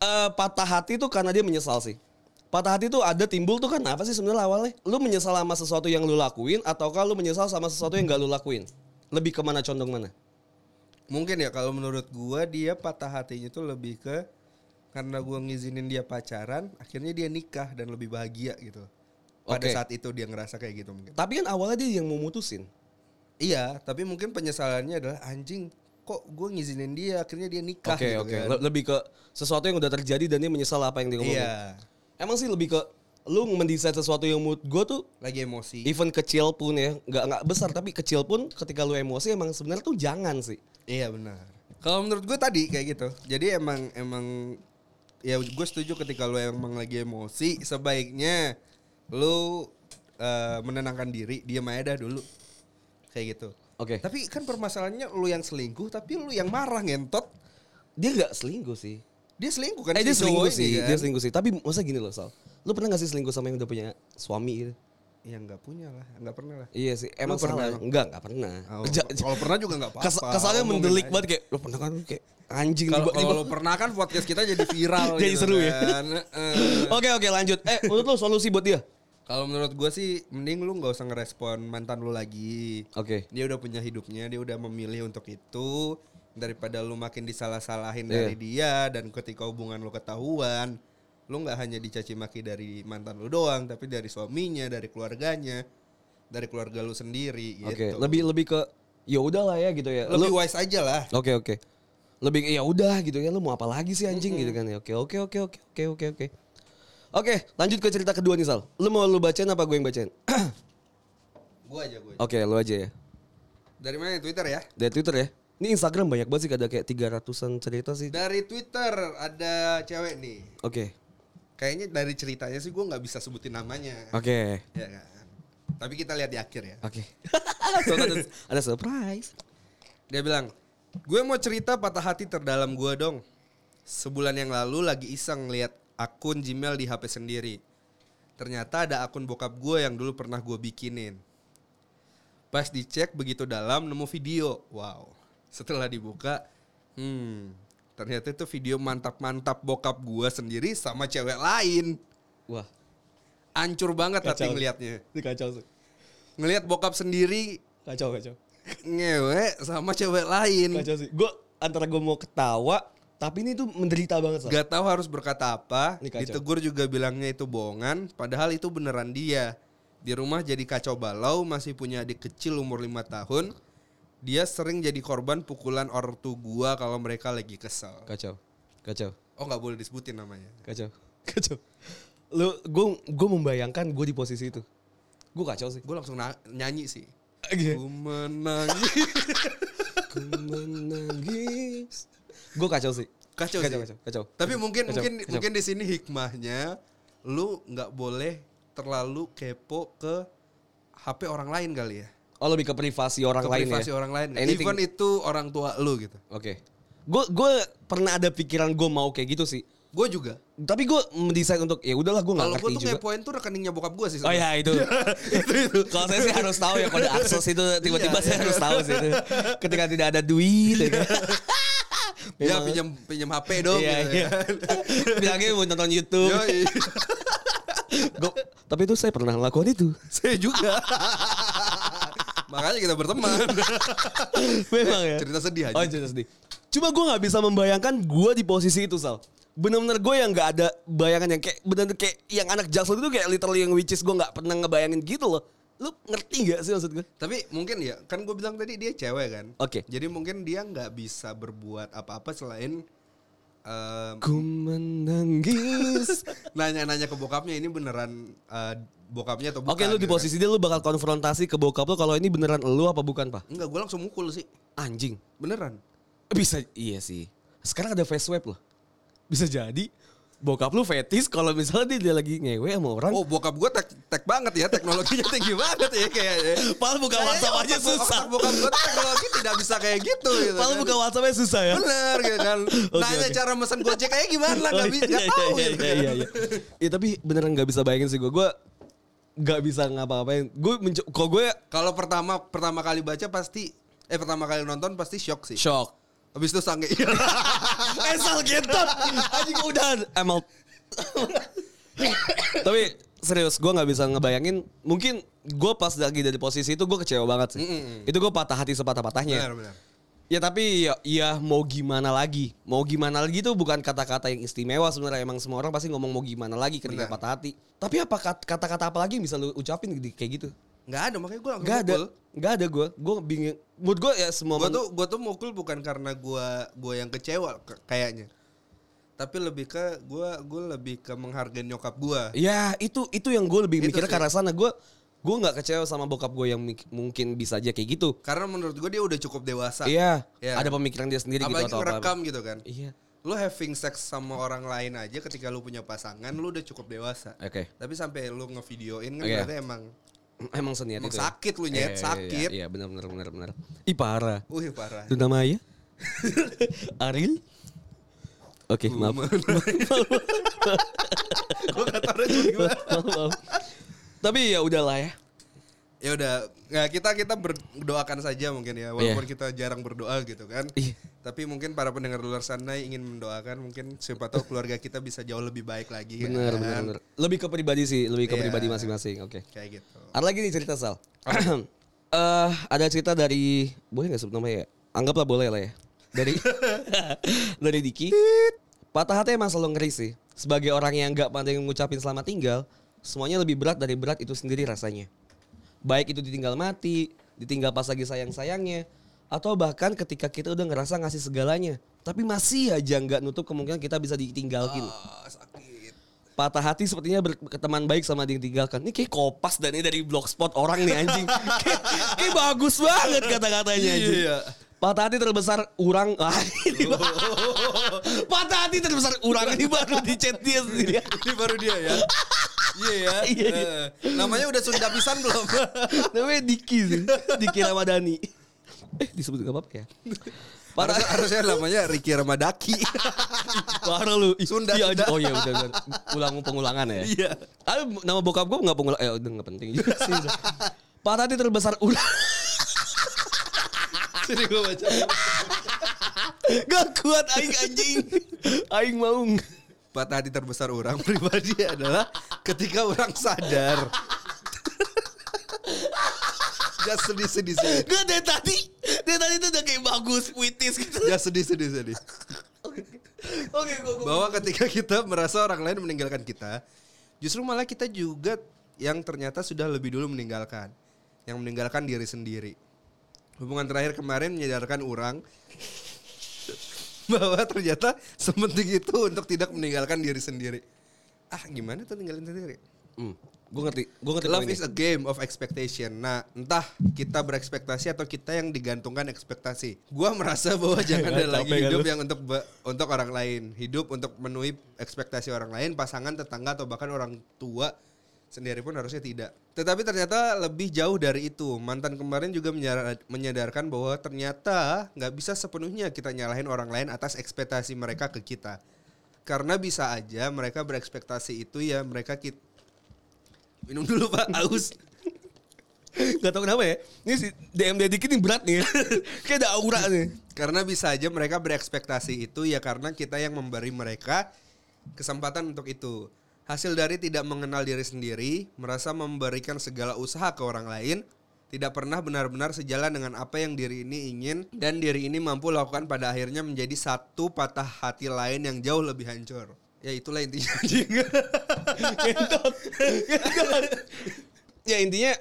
Speaker 2: eh, Patah hati tuh karena dia menyesal sih Patah hati tuh ada timbul tuh kan apa sih sebenarnya awalnya Lu menyesal sama sesuatu yang lu lakuin Ataukah lu menyesal sama sesuatu yang gak lu lakuin Lebih kemana condong mana?
Speaker 1: Mungkin ya kalau menurut gua dia patah hatinya tuh lebih ke karena gua ngizinin dia pacaran, akhirnya dia nikah dan lebih bahagia gitu. Pada
Speaker 2: Oke.
Speaker 1: saat itu dia ngerasa kayak gitu mungkin.
Speaker 2: Tapi kan awalnya dia yang mau mutusin.
Speaker 1: Iya, tapi mungkin penyesalannya adalah anjing kok gua ngizinin dia akhirnya dia nikah
Speaker 2: Oke
Speaker 1: gitu
Speaker 2: oke.
Speaker 1: kan.
Speaker 2: Le- Lebih ke sesuatu yang udah terjadi dan dia menyesal apa yang dia ngomongin.
Speaker 1: Iya,
Speaker 2: Emang sih lebih ke lu mendesain sesuatu yang mood gue tuh
Speaker 1: lagi emosi.
Speaker 2: even kecil pun ya nggak nggak besar tapi kecil pun ketika lu emosi emang sebenarnya tuh jangan sih.
Speaker 1: Iya benar. Kalau menurut gue tadi kayak gitu. Jadi emang emang ya gue setuju ketika lu emang lagi emosi sebaiknya lu eh, menenangkan diri, diam aja dah dulu. Kayak gitu.
Speaker 2: Oke.
Speaker 1: Tapi kan permasalahannya lu yang selingkuh tapi lu yang marah ngentot.
Speaker 2: Dia nggak selingkuh sih.
Speaker 1: Dia selingkuh kan
Speaker 2: eh dia
Speaker 1: si cowok
Speaker 2: selingkuh
Speaker 1: ini
Speaker 2: sih,
Speaker 1: kan?
Speaker 2: dia selingkuh sih. Tapi masa gini loh Sal, lu pernah nggak sih selingkuh sama yang udah punya suami gitu?
Speaker 1: ya nggak punya lah nggak pernah lah
Speaker 2: Iya sih, emang
Speaker 1: Lu pernah
Speaker 2: salah.
Speaker 1: emang?
Speaker 2: Enggak, enggak pernah.
Speaker 1: Oh,
Speaker 2: Ja- ja-
Speaker 1: kalau pernah juga nggak apa-apa
Speaker 2: Kes- kesannya
Speaker 1: Ngomongin
Speaker 2: mendelik
Speaker 1: aja.
Speaker 2: banget kayak lo pernah kan kayak anjing
Speaker 1: kalau
Speaker 2: tiba- tiba-
Speaker 1: kalau lo pernah kan podcast kita jadi viral
Speaker 2: Jadi
Speaker 1: gitu
Speaker 2: seru ya.
Speaker 1: kan. Heeh.
Speaker 2: Oke oke lanjut. Eh menurut lo solusi buat dia?
Speaker 1: kalau menurut gue sih mending lu nggak usah ngerespon mantan lu lagi
Speaker 2: Oke.
Speaker 1: dia udah punya hidupnya dia udah memilih untuk itu daripada lu makin disalah-salahin
Speaker 2: Iya.
Speaker 1: dari dia dan ketika hubungan lu ketahuan lu nggak hanya dicaci maki dari mantan lu doang tapi dari suaminya dari keluarganya dari keluarga lu sendiri gitu
Speaker 2: Oke. Lebih lebih ke ya udahlah ya gitu ya.
Speaker 1: lebih
Speaker 2: Lu-
Speaker 1: wise aja lah
Speaker 2: Oke oke. Lebih ke, ya udah gitu ya. Lu mau apa lagi sih anjing gitu kan ya. Oke oke oke oke oke oke oke. Oke lanjut ke cerita kedua nih Sal. Lu mau lu bacain apa gue yang bacain?
Speaker 1: gua aja gua aja.
Speaker 2: oke lu aja ya.
Speaker 1: dari mana Twitter ya
Speaker 2: Dari Twitter ya. Ini Instagram banyak banget sih ada kayak 300-an cerita sih.
Speaker 1: dari Twitter ada cewek nih
Speaker 2: Oke.
Speaker 1: kayaknya dari ceritanya sih gua nggak bisa sebutin namanya
Speaker 2: Oke.
Speaker 1: ya kan tapi kita lihat di akhir ya
Speaker 2: Oke. So, ada, ada surprise.
Speaker 1: Dia bilang, gue mau cerita patah hati terdalam gue dong. Sebulan yang lalu lagi iseng lihat akun Gmail di HP sendiri. Ternyata ada akun bokap gue yang dulu pernah gue bikinin. Pas dicek begitu dalam nemu video. Wow. Setelah dibuka, hmm, ternyata itu video mantap-mantap bokap gue sendiri sama cewek lain.
Speaker 2: Wah.
Speaker 1: Ancur banget hati
Speaker 2: Kacau.
Speaker 1: ngelihatnya.
Speaker 2: Ini kacau sih.
Speaker 1: Ngelihat bokap sendiri
Speaker 2: Kacau kacau.
Speaker 1: ngewe sama cewek lain.
Speaker 2: Kacau sih. Gue antara gue mau ketawa, tapi ini tuh menderita banget Sal.
Speaker 1: Gak tahu harus berkata apa.
Speaker 2: Ini kacau.
Speaker 1: Ditegur juga bilangnya itu bohongan, padahal itu beneran dia. Di rumah jadi kacau balau, masih punya adik kecil umur 5 tahun. Dia sering jadi korban pukulan ortu gua kalau mereka lagi kesel.
Speaker 2: Kacau. Kacau.
Speaker 1: Oh nggak boleh disebutin namanya.
Speaker 2: Kacau. Kacau. Lu gue gue membayangkan gue di posisi itu. Gue kacau sih.
Speaker 1: Gue langsung na- nyanyi sih.
Speaker 2: Oke.
Speaker 1: Ku menangis.
Speaker 2: Ku menangis. Gue kacau sih.
Speaker 1: Kacau,
Speaker 2: Kacau,
Speaker 1: sih.
Speaker 2: kacau, kacau.
Speaker 1: Tapi mungkin
Speaker 2: Kacau,
Speaker 1: mungkin
Speaker 2: kacau.
Speaker 1: mungkin di sini hikmahnya lu nggak boleh terlalu kepo ke HP orang lain kali ya.
Speaker 2: Oh lebih ke privasi orang
Speaker 1: ke
Speaker 2: lain ya.
Speaker 1: privasi orang lain.
Speaker 2: Anything.
Speaker 1: Even itu orang tua lu gitu.
Speaker 2: Oke. Gue gue pernah ada pikiran gue mau kayak gitu sih.
Speaker 1: Gue juga.
Speaker 2: Tapi gue mendesain untuk ya udahlah gue nggak
Speaker 1: Kalau gue
Speaker 2: ngerti
Speaker 1: tuh
Speaker 2: juga.
Speaker 1: ngepoin tuh rekeningnya bokap gue sih.
Speaker 2: Oh ya itu.
Speaker 1: itu itu.
Speaker 2: Kalau saya sih harus tahu ya kode akses itu tiba-tiba
Speaker 1: Iya,
Speaker 2: saya
Speaker 1: iya.
Speaker 2: harus tahu sih itu. Ketika tidak ada duit itu.
Speaker 1: Ya
Speaker 2: Memang-
Speaker 1: pinjam pinjam HP dong.
Speaker 2: Iya,
Speaker 1: gitu
Speaker 2: iya.
Speaker 1: kan.
Speaker 2: Bilangnya mau nonton YouTube.
Speaker 1: Yoi.
Speaker 2: Gua- tapi itu saya pernah lakukan itu.
Speaker 1: Saya juga. Makanya kita berteman.
Speaker 2: Memang ya.
Speaker 1: Cerita sedih aja.
Speaker 2: Oh cerita sedih. Cuma gue nggak bisa membayangkan gue di posisi itu Sal. Bener-bener gue yang nggak ada bayangan yang kayak bener kayak yang anak jaksel itu kayak literally yang which is gue nggak pernah ngebayangin gitu loh. Lu ngerti gak sih maksud gue?
Speaker 1: Tapi mungkin ya, kan gue bilang tadi dia cewek kan.
Speaker 2: Oke.
Speaker 1: Jadi mungkin dia nggak bisa berbuat apa-apa selain em,
Speaker 2: Ku menangis.
Speaker 1: nanya-nanya ke bokapnya ini beneran eh, bokapnya atau bukan.
Speaker 2: Oke lu di
Speaker 1: gitu kan.
Speaker 2: posisi dia lu bakal konfrontasi ke bokap lu kalau ini beneran lu apa bukan pak?
Speaker 1: Enggak, gue kan. langsung mukul sih.
Speaker 2: Anjing.
Speaker 1: Beneran.
Speaker 2: Bisa iya sih. Sekarang ada face swap loh. Bisa jadi bokap lu fetis kalau misalnya dia, dia lagi ngewe sama orang.
Speaker 1: Oh bokap gue tek, tek banget ya teknologinya tinggi banget ya kayaknya.
Speaker 2: Padahal buka
Speaker 1: Kayaknya
Speaker 2: WhatsApp aja
Speaker 1: otak-
Speaker 2: susah.
Speaker 1: Otak bokap gue teknologi tidak bisa kayak gitu. gitu
Speaker 2: Padahal
Speaker 1: kan.
Speaker 2: buka WhatsAppnya susah ya.
Speaker 1: Bener gitu kan.
Speaker 2: Oke,
Speaker 1: Nanya
Speaker 2: oke.
Speaker 1: cara mesen gojek kayak gimana
Speaker 2: Oh,
Speaker 1: nggak bisa nggak tahu gitu
Speaker 2: iya, iya,
Speaker 1: kan.
Speaker 2: iya, iya. Ya, tapi beneran gak bisa bayangin sih gue. Gue gak bisa ngapa-ngapain. Gue menco- kok ya gue
Speaker 1: Kalau pertama pertama kali baca pasti eh pertama kali nonton pasti shock sih.
Speaker 2: shock.
Speaker 1: Habis itu sange.
Speaker 2: Esal gentot. gitu. Anjing udahan. Emel. tapi serius gue nggak bisa ngebayangin mungkin gue pas lagi dari posisi itu gue kecewa banget sih itu gue patah hati sepatah patahnya
Speaker 1: benar benar.
Speaker 2: Ya tapi ya, ya mau gimana lagi? Mau gimana lagi itu bukan kata-kata yang istimewa sebenarnya. Emang semua orang pasti ngomong mau gimana lagi ketika
Speaker 1: Benar.
Speaker 2: patah hati. Tapi apa kat- kata-kata apa lagi yang bisa lu ucapin di- kayak gitu?
Speaker 1: Nggak ada makanya gue langsung
Speaker 2: Gak
Speaker 1: mukul.
Speaker 2: ada, gak ada gue. Gue bingung. Mood gue ya semua.
Speaker 1: Gue
Speaker 2: men-
Speaker 1: tuh gue tuh mukul bukan karena gue gue yang kecewa ke- kayaknya. Tapi lebih ke gue gue lebih ke menghargai nyokap gue.
Speaker 2: Ya itu itu yang gue lebih
Speaker 1: Itu
Speaker 2: mikirnya
Speaker 1: sih.
Speaker 2: karena sana gue. Gue nggak kecewa sama bokap gue yang mik- mungkin bisa aja kayak gitu.
Speaker 1: Karena menurut gue dia udah cukup dewasa.
Speaker 2: Iya.
Speaker 1: Iya.
Speaker 2: Ada pemikiran dia sendiri
Speaker 1: Apalagi
Speaker 2: gitu atau apa.
Speaker 1: ngerekam gitu kan.
Speaker 2: Iya.
Speaker 1: Lu having sex sama orang lain aja ketika lu punya pasangan, lu udah cukup dewasa.
Speaker 2: Oke.
Speaker 1: Tapi sampai lu ngevideoin kan
Speaker 2: Oke.
Speaker 1: berarti emang
Speaker 2: Emang seniat
Speaker 1: emang
Speaker 2: itu. Iya. ya?
Speaker 1: sakit lu
Speaker 2: Iya,
Speaker 1: nyet,
Speaker 2: iya, iya,
Speaker 1: sakit.
Speaker 2: Iya benar benar benar benar. Ih parah.
Speaker 1: Wih parah.
Speaker 2: Itu nama ya? Ariel? Hmm. Oke, maaf.
Speaker 1: Gua kata orang juga gimana.
Speaker 2: maaf, maaf. Tapi ya udahlah ya.
Speaker 1: Ya udah, nah, kita kita berdoakan saja mungkin ya, walaupun kita jarang berdoa gitu kan.
Speaker 2: Iya.
Speaker 1: Tapi mungkin para pendengar luar sana ingin mendoakan mungkin siapa tahu keluarga kita bisa jauh lebih baik lagi. kan.
Speaker 2: Bener, bener, bener. Lebih ke pribadi sih, lebih ke
Speaker 1: Iya.
Speaker 2: pribadi masing-masing. Oke.
Speaker 1: Kayak gitu.
Speaker 2: Ada lagi nih cerita Sal. Eh ada cerita dari boleh nggak sebut namanya ya? Anggaplah boleh lah ya. Dari dari Diki. Patah hati emang selalu ngeri sih. Sebagai orang yang nggak pandai ngucapin selamat tinggal, semuanya lebih berat dari berat itu sendiri rasanya. Baik itu ditinggal mati, ditinggal pas lagi sayang-sayangnya, atau bahkan ketika kita udah ngerasa ngasih segalanya, tapi masih aja nggak nutup kemungkinan kita bisa ditinggalin
Speaker 1: Ah, sakit.
Speaker 2: patah hati sepertinya berteman baik sama yang ditinggalkan. Ini kayak kopas dan ini dari blogspot orang nih anjing. kayak, kayak bagus banget kata-katanya anjing.
Speaker 1: Iya.
Speaker 2: Patah hati terbesar urang. Ah, ini ba-
Speaker 1: Oh,
Speaker 2: patah hati terbesar urang ini baru di chat dia sendiri.
Speaker 1: Ini baru dia ya. Iya ya.
Speaker 2: Iya, iya.
Speaker 1: Eh, namanya udah Sunda pisan belum?
Speaker 2: Namanya Diki sih. Diki Ramadhani. Eh disebut gak apa-apa ya. Patah
Speaker 1: Harusnya, harusnya namanya Ricky Ramadaki.
Speaker 2: Parah lu. Ih,
Speaker 1: Sunda,
Speaker 2: iya,
Speaker 1: Sunda.
Speaker 2: anjing. Oh iya udah, udah. Ulang pengulangan ya.
Speaker 1: Iya.
Speaker 2: Tapi nama bokap gue gak pengulangan. Eh udah gak penting juga sih. udah. Patah hati terbesar urang.
Speaker 1: Sini gue baca.
Speaker 2: Gak kuat aing anjing. Aing maung.
Speaker 1: Patah hati terbesar orang pribadi adalah ketika orang sadar. Just sedih sedih sedih.
Speaker 2: Gak dari tadi. Dari tadi tuh udah kayak bagus puitis gitu.
Speaker 1: Just sedih sedih sedih.
Speaker 2: Oke, gue
Speaker 1: Bahwa ketika kita merasa orang lain meninggalkan kita, justru malah kita juga yang ternyata sudah lebih dulu meninggalkan, yang meninggalkan diri sendiri. Hubungan terakhir kemarin menyadarkan orang bahwa ternyata sementing itu untuk tidak meninggalkan diri sendiri. Ah, gimana tuh ninggalin sendiri?
Speaker 2: Gue Hmm, ngerti. Gue ngerti
Speaker 1: Love is
Speaker 2: poinnya.
Speaker 1: a game of expectation. Nah, entah kita berekspektasi atau kita yang digantungkan ekspektasi. Gua merasa bahwa jangan ada
Speaker 2: Capek
Speaker 1: lagi
Speaker 2: kan
Speaker 1: hidup
Speaker 2: lu?
Speaker 1: yang untuk be- untuk orang lain, hidup untuk memenuhi ekspektasi orang lain, pasangan, tetangga atau bahkan orang tua sendiri pun harusnya tidak. Tetapi ternyata lebih jauh dari itu. Mantan kemarin juga menyara- menyadarkan bahwa ternyata nggak bisa sepenuhnya kita nyalahin orang lain atas ekspektasi mereka ke kita. Karena bisa aja mereka berekspektasi itu ya mereka kit minum dulu pak aus
Speaker 2: Gak tau kenapa ya. Ini si DM Deddy ini berat nih. kayak ada aura nih.
Speaker 1: Karena bisa aja mereka berekspektasi itu ya karena kita yang memberi mereka kesempatan untuk itu. Hasil dari tidak mengenal diri sendiri, merasa memberikan segala usaha ke orang lain, tidak pernah benar-benar sejalan dengan apa yang diri ini ingin dan diri ini mampu lakukan pada akhirnya menjadi satu patah hati lain yang jauh lebih hancur. Ya itulah intinya.
Speaker 2: Ngentot. Ngentot. ya intinya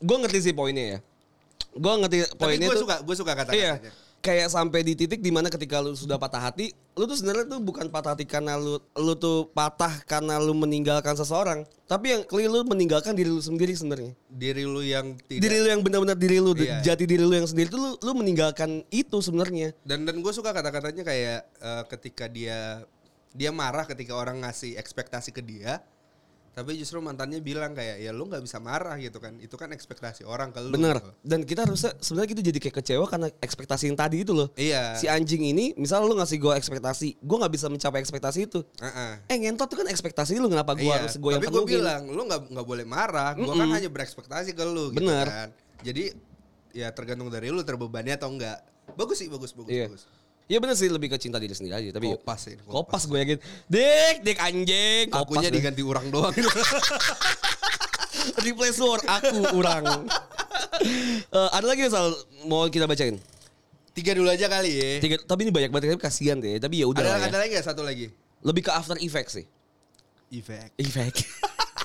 Speaker 2: gue ngerti sih poinnya ya. Gue ngerti
Speaker 1: Tapi
Speaker 2: poinnya
Speaker 1: gue
Speaker 2: tuh.
Speaker 1: suka, gue suka
Speaker 2: Iya.
Speaker 1: kata-katanya.
Speaker 2: Kayak sampai di titik dimana ketika lu sudah patah hati, lu tuh sebenarnya tuh bukan patah hati karena lu lu tuh patah karena lu meninggalkan seseorang, tapi yang keliru lu meninggalkan diri lu sendiri sebenarnya.
Speaker 1: Diri lu yang tidak
Speaker 2: Diri lu yang benar-benar diri lu,
Speaker 1: Iya.
Speaker 2: jati diri lu yang sendiri tuh lu, lu meninggalkan itu sebenarnya.
Speaker 1: dan dan gue suka kata-katanya kayak eh, ketika dia dia marah ketika orang ngasih ekspektasi ke dia tapi justru mantannya bilang kayak ya lu nggak bisa marah gitu kan itu kan ekspektasi orang ke lu
Speaker 2: Bener.
Speaker 1: gitu.
Speaker 2: Dan kita harusnya sebenarnya kita jadi kayak kecewa karena ekspektasi yang tadi itu loh.
Speaker 1: iya
Speaker 2: Si anjing ini, misal lu ngasih gua ekspektasi, gua nggak bisa mencapai ekspektasi itu.
Speaker 1: Heeh.
Speaker 2: Eh ngentot tuh kan ekspektasi lu kenapa
Speaker 1: Iya,
Speaker 2: gua harus gua
Speaker 1: tapi
Speaker 2: yang
Speaker 1: gue
Speaker 2: penuhin?
Speaker 1: bilang lu nggak nggak boleh marah gue kan hanya berekspektasi ke lu gitu
Speaker 2: Bener.
Speaker 1: kan jadi ya tergantung dari lu terbebani atau enggak bagus sih bagus bagus
Speaker 2: Iya.
Speaker 1: bagus Oh,
Speaker 2: Iya bener sih lebih ke cinta diri sendiri aja tapi
Speaker 1: Kopas sih, kopas.
Speaker 2: kopas, gue yakin. Dik, dik anjing. Kopas
Speaker 1: akunya
Speaker 2: gue.
Speaker 1: diganti orang doang
Speaker 2: replace war aku urang. Eh, ada lagi soal mau kita bacain.
Speaker 1: tiga dulu aja kali ya
Speaker 2: Tiga, tapi ini banyak banget tapi kasihan deh. Tapi ya udah
Speaker 1: ada
Speaker 2: lah
Speaker 1: ada
Speaker 2: ya.
Speaker 1: lagi nggak satu lagi
Speaker 2: Lebih ke after effect sih.
Speaker 1: efek
Speaker 2: Effect.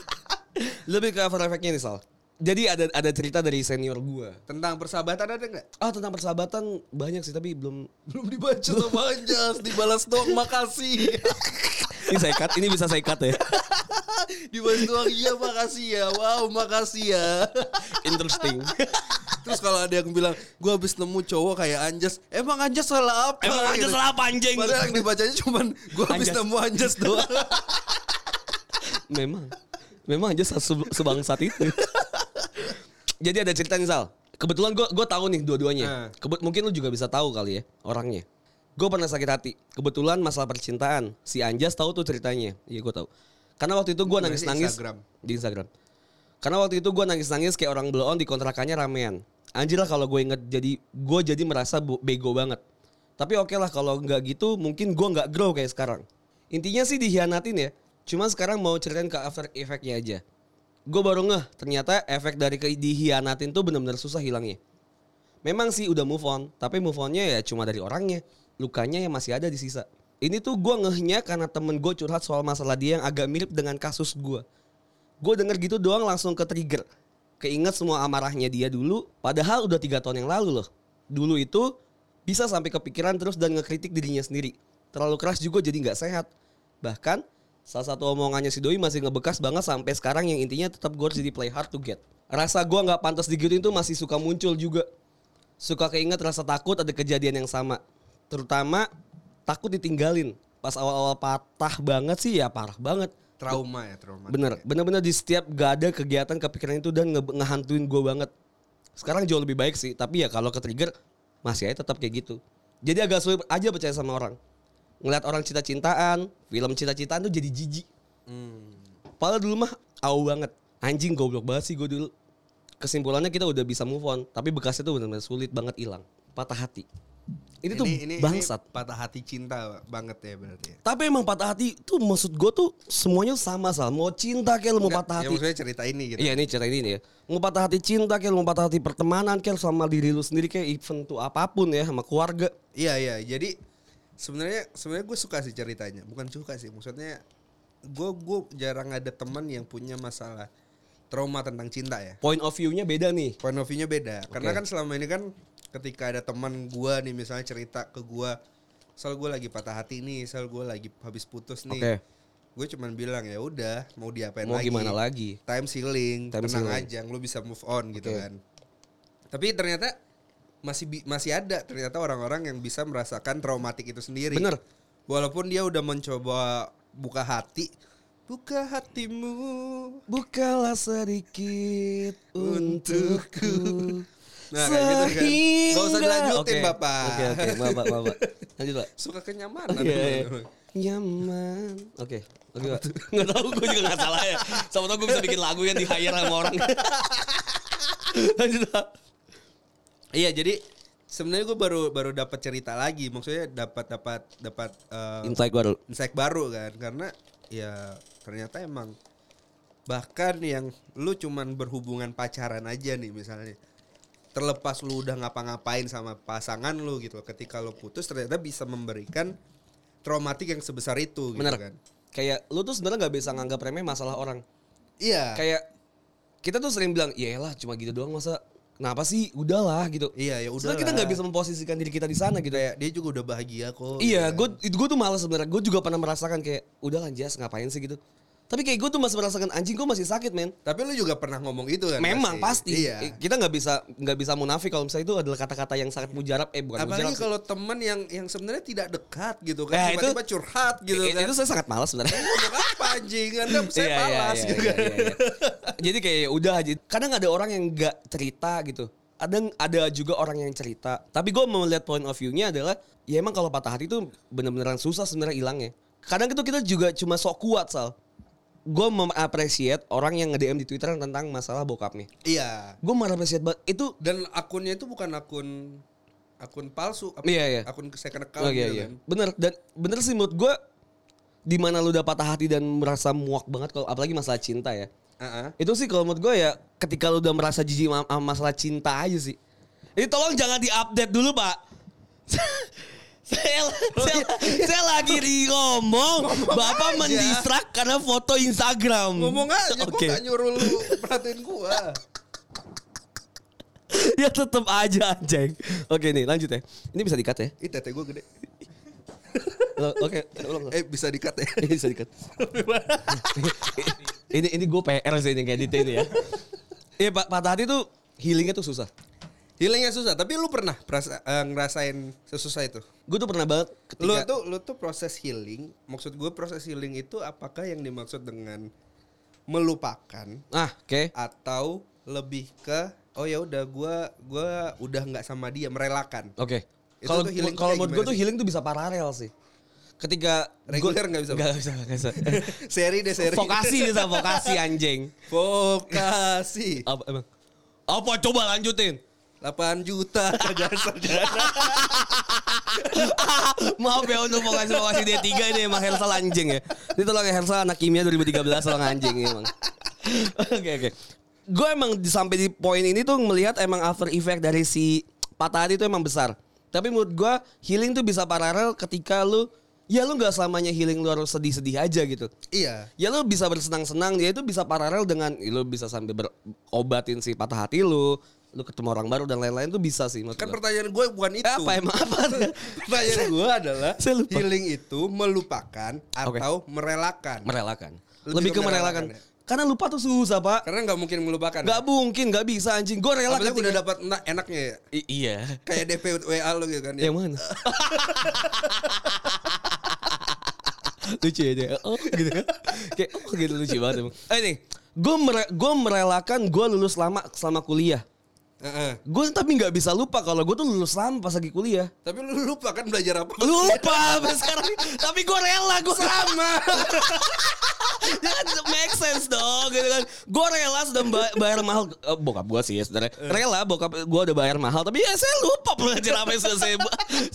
Speaker 2: lebih ke after effectnya nih Sal. Jadi ada ada cerita dari senior gue.
Speaker 1: tentang persahabatan ada nggak
Speaker 2: Ah tentang persahabatan banyak sih tapi belum
Speaker 1: Belum dibaca sama Anjas, dibalas doang makasih.
Speaker 2: ini saya cut, ini bisa saya cut ya.
Speaker 1: Dibalas doang iya makasih ya. Wow, makasih ya.
Speaker 2: Interesting.
Speaker 1: Terus kalau ada yang bilang, gue habis nemu cowok kayak Anjas, emang Anjas salah apa?
Speaker 2: Emang aja
Speaker 1: Gitu.
Speaker 2: salah panjang.
Speaker 1: Padahal yang dibacanya cuman gue habis
Speaker 2: Anjas.
Speaker 1: nemu Anjas doang.
Speaker 2: Memang. Memang aja se- sebangsat itu. Jadi ada cerita nih Sal. Kebetulan gue gue tahu nih
Speaker 1: Eh.
Speaker 2: dua-duanya. Kebet mungkin lu juga bisa tahu kali ya orangnya. Gue pernah sakit hati. Kebetulan masalah percintaan. Si Anjas tahu tuh ceritanya. Iya gue tahu. Karena wakti itu gue
Speaker 1: Di
Speaker 2: nangis-nangis
Speaker 1: Instagram.
Speaker 2: di Instagram. Karena waktu itu gue nangis-nangis kayak orang blow on di kontrakannya ramean. Anjir lah kalau gue inget jadi gue jadi merasa bo- bego banget. Tapi oke lah kalau nggak gitu mungkin gue nggak grow kayak sekarang. Intinya sih dikhianatin ya. Cuma sekarang mau ceritain ke after effect-nya aja. Gue baru ngeh ternyata efek dari ke- dihianatin tuh bener-bener susah hilangnya. Memang sih udah move on, tapi move onnya ya cuma dari orangnya. Lukanya yang masih ada di sisa. Ini tuh gue ngehnya karena temen gue curhat soal masalah dia yang agak mirip dengan kasus gue. Gue denger gitu doang langsung ke trigger. Keinget semua amarahnya dia dulu, padahal udah tiga tahun yang lalu loh. Dulu itu bisa sampai kepikiran terus dan ngekritik dirinya sendiri. Terlalu keras juga jadi nggak sehat. Bahkan salah satu omongannya si Doi masih ngebekas banget sampai sekarang yang intinya tetap gue harus jadi play hard to get. Rasa gue nggak pantas digituin tuh masih suka muncul juga suka keinget rasa takut ada kejadian yang sama. Terutama takut ditinggalin. Pas awal-awal patah banget sih ya parah banget.
Speaker 1: Trauma ya trauma.
Speaker 2: Bener, bener-bener di setiap gak ada kegiatan kepikiran itu dan nge- ngehantuin gue banget. Sekarang jauh lebih baik sih, tapi ya kalau ke trigger masih aja tetap kayak gitu. Jadi agak sulit aja percaya sama orang. Ngeliat orang cinta-cintaan, film cinta-cintaan tuh jadi jijik. Padahal dulu mah au banget. Anjing goblok banget sih gue dulu. Kesimpulannya kita udah bisa move on, tapi bekasnya tuh benar-benar sulit banget hilang. Patah hati.
Speaker 1: Hmm.
Speaker 2: Ini, tuh bangsat.
Speaker 1: patah hati cinta banget ya berarti. ya.
Speaker 2: Tapi emang patah hati tuh maksud gue tuh semuanya sama sal. Mau cinta kayak lu mau
Speaker 1: Enggak,
Speaker 2: patah
Speaker 1: Ya
Speaker 2: hati.
Speaker 1: maksudnya cerita ini gitu.
Speaker 2: Iya ini cerita ini nih ya. Mau patah hati cinta kayak mau patah hati pertemanan kayak sama diri lu sendiri kayak event tuh apapun ya sama keluarga.
Speaker 1: Iya iya. Jadi sebenarnya sebenarnya gue suka sih ceritanya. Bukan suka sih. Maksudnya gue gue jarang ada teman yang punya masalah trauma tentang cinta ya.
Speaker 2: Point of view-nya beda nih.
Speaker 1: Point of view-nya beda. Karena kan selama ini kan ketika ada teman gue nih misalnya cerita ke gue, soal gue lagi patah hati nih, soal gue lagi habis putus nih.
Speaker 2: Oke.
Speaker 1: Gue cuman bilang ya udah mau diapain
Speaker 2: Mau
Speaker 1: lagi.
Speaker 2: gimana lagi?
Speaker 1: Time healing,
Speaker 2: Time
Speaker 1: tenang
Speaker 2: healing.
Speaker 1: aja, lu bisa move on gitu kan. Tapi ternyata masih bi- masih ada ternyata orang-orang yang bisa merasakan traumatik itu sendiri.
Speaker 2: Bener.
Speaker 1: Walaupun dia udah mencoba buka hati, buka hatimu
Speaker 2: Bukalah sedikit untukku.
Speaker 1: Nah, kayak gitu kan. Nggak usah
Speaker 2: Sehingga-
Speaker 1: dilanjutin,
Speaker 2: Oke.
Speaker 1: Bapak.
Speaker 2: Oke oke bapak bapak. Lanjut pak.
Speaker 1: suka kenyamanan.
Speaker 2: Oke. Nyaman. Oke. Oke pak. Nggak tahu gue juga nggak salah ya. Sama tau gue bisa bikin lagu yang di hire sama orang. Lanjut pak.
Speaker 1: Iya jadi sebenarnya gue baru baru dapat cerita lagi maksudnya dapat dapat dapat eh,
Speaker 2: Insight baru.
Speaker 1: insight baru kan karena ya ternyata emang bahkan yang lu cuman berhubungan pacaran aja nih misalnya terlepas lu udah ngapa-ngapain sama pasangan lu gitu ketika lu putus ternyata bisa memberikan traumatik yang sebesar itu gitu
Speaker 2: Bener.
Speaker 1: kan
Speaker 2: Kayak lu tuh sebenarnya nggak bisa nganggap remeh masalah orang.
Speaker 1: iya
Speaker 2: Kayak kita tuh sering bilang, "Iyalah, cuma gitu doang masa kenapa sih? Udahlah." gitu.
Speaker 1: Iya, ya
Speaker 2: Sebenarnya kita
Speaker 1: udahlah.
Speaker 2: nggak bisa memposisikan diri kita di sana gitu ya.
Speaker 1: kayak dia juga udah bahagia kok
Speaker 2: Iya,
Speaker 1: gitu kan.
Speaker 2: gue gue tuh malas sebenarnya. Gue juga pernah merasakan kayak, "Udahlah, Jas, ngapain sih gitu." Tapi kayak gue tuh masih merasakan anjing gue masih sakit, men.
Speaker 1: tapi lu juga pernah ngomong itu kan
Speaker 2: Memang pasti.
Speaker 1: iya
Speaker 2: Eh, Kita nggak bisa nggak bisa munafik kalau misalnya itu adalah kata-kata yang sangat mujarab. Eh, bukan
Speaker 1: apalagi
Speaker 2: mujarab. sih.
Speaker 1: kalau teman yang yang sebenarnya tidak dekat gitu
Speaker 2: Nah,
Speaker 1: kan
Speaker 2: itu-
Speaker 1: tiba-tiba curhat gitu
Speaker 2: Eh,
Speaker 1: kan
Speaker 2: Itu saya sangat malas sebenarnya.
Speaker 1: ngomong apa anjing anda saya
Speaker 2: Iya, iya,
Speaker 1: malas
Speaker 2: iya,
Speaker 1: gitu
Speaker 2: iya,
Speaker 1: kan
Speaker 2: iya, iya. Jadi kayak ya udah aja. Kadang ada orang yang nggak cerita gitu. Ada ada juga orang yang cerita. Tapi gue melihat point of view-nya adalah ya emang kalau patah hati itu bener-beneran susah sebenarnya hilangnya. Kadang itu kita juga cuma sok kuat sal. Gue mengapresiat orang yang nge-DM di Twitter tentang masalah bokapnya.
Speaker 1: iya
Speaker 2: Gue mengapresiat banget. Itu
Speaker 1: dan akunnya itu bukan akun akun palsu apa-
Speaker 2: Iya, iya.
Speaker 1: akun second account
Speaker 2: Oh, iya,
Speaker 1: gitu
Speaker 2: iya.
Speaker 1: kan
Speaker 2: Bener dan bener sih menurut gue di mana lu udah patah hati dan merasa muak banget kalau apalagi masalah cinta ya.
Speaker 1: Ah, ah.
Speaker 2: Itu sih kalau menurut gue ya ketika lu udah merasa jijik ma- sama masalah cinta aja sih. Ini tolong jangan diupdate dulu pak. saya, saya, saya lagi di ngomong, bapak
Speaker 1: Oh, iya. aja.
Speaker 2: mendistrak karena foto Instagram.
Speaker 1: ngomong aja
Speaker 2: Oke.
Speaker 1: gua gak nyuruh lu perhatiin gua
Speaker 2: ya tetap aja anjing. Oke nih lanjut ya. Ini bisa dikat ya.
Speaker 1: Ih tete gua gede
Speaker 2: Lo- Oke. ulang, ulang.
Speaker 1: Eh bisa dikat ya
Speaker 2: Ini bisa dikat. ini ini gue PR sih ini ngedit ini ya. Iya pak patah hati tuh healingnya tuh susah.
Speaker 1: Healingnya susah Tapi lu pernah perasa- eh, ngerasain sesusah itu
Speaker 2: Gue tuh pernah banget ketika
Speaker 1: Lu tuh lu tuh proses healing Maksud gue proses healing itu Apakah yang dimaksud dengan Melupakan
Speaker 2: ah oke
Speaker 1: atau lebih ke oh ya udah gua gua udah nggak sama dia merelakan
Speaker 2: Oke.
Speaker 1: Itu
Speaker 2: Kalau
Speaker 1: tuh healing tuh
Speaker 2: kalau
Speaker 1: kayak
Speaker 2: menurut gue
Speaker 1: gimana
Speaker 2: tuh
Speaker 1: sih?
Speaker 2: healing tuh bisa paralel sih. ketika
Speaker 1: Reguler nggak bisa.
Speaker 2: Gak bisa, nggak bisa.
Speaker 1: seri deh seri.
Speaker 2: vokasi bisa, vokasi anjing.
Speaker 1: Vokasi.
Speaker 2: Apa emang? Apa coba lanjutin?
Speaker 1: 8 juta kerjaan sarjana.
Speaker 2: Maaf ya untuk vokasi vokasi D3 ini emang Hersal anjing ya. Ini tolong ya, Hersal anak kimia 2013 tolong anjing ini emang. Oke oke. Gue emang di- sampai di poin ini tuh melihat emang after effect dari si patah hati itu emang besar. Tapi menurut gue healing tuh bisa paralel ketika lu ya lu nggak selamanya healing lu harus sedih-sedih aja gitu.
Speaker 1: iya.
Speaker 2: Ya lu bisa bersenang-senang, ya itu bisa paralel dengan ya, lu bisa sambil berobatin si patah hati lu, lu ketemu orang baru dan lain-lain tuh bisa sih maksud
Speaker 1: Kan
Speaker 2: gua.
Speaker 1: pertanyaan gue bukan itu.
Speaker 2: Eh, apa emang apa?
Speaker 1: pertanyaan gue adalah
Speaker 2: Saya lupa.
Speaker 1: healing itu melupakan atau merelakan.
Speaker 2: merelakan.
Speaker 1: Lebih
Speaker 2: Lebih,
Speaker 1: ke
Speaker 2: ke merelakan. ya?
Speaker 1: merelakan
Speaker 2: Karena lupa tuh susah, Pak.
Speaker 1: Karena nggak mungkin melupakan.
Speaker 2: Gak mungkin, gak bisa anjing. Gue rela
Speaker 1: Apalagi udah
Speaker 2: ketika-
Speaker 1: dapat enak- enaknya ya.
Speaker 2: I- iya.
Speaker 1: Kayak DP WA lo gitu kan ya.
Speaker 2: Yang mana? lucu ya dia. Oh, gitu. Kayak oh gitu lucu banget emang. Eh nih, gue merelakan gue lulus lama selama kuliah.
Speaker 1: Heeh.
Speaker 2: Gue tapi nggak bisa lupa kalau gue tuh lulus lama pas lagi kuliah.
Speaker 1: Tapi lu lupa kan belajar apa?
Speaker 2: Lupa sampai sekarang. Tapi gue rela, gue
Speaker 1: Sama.
Speaker 2: Jangan make sense dong gitu kan. Gue rela sudah mba- bayar mahal eh, bokap gue sih ya sebenarnya.
Speaker 1: Eh.
Speaker 2: Rela bokap gue udah bayar mahal tapi ya saya lupa belajar apa yang sudah saya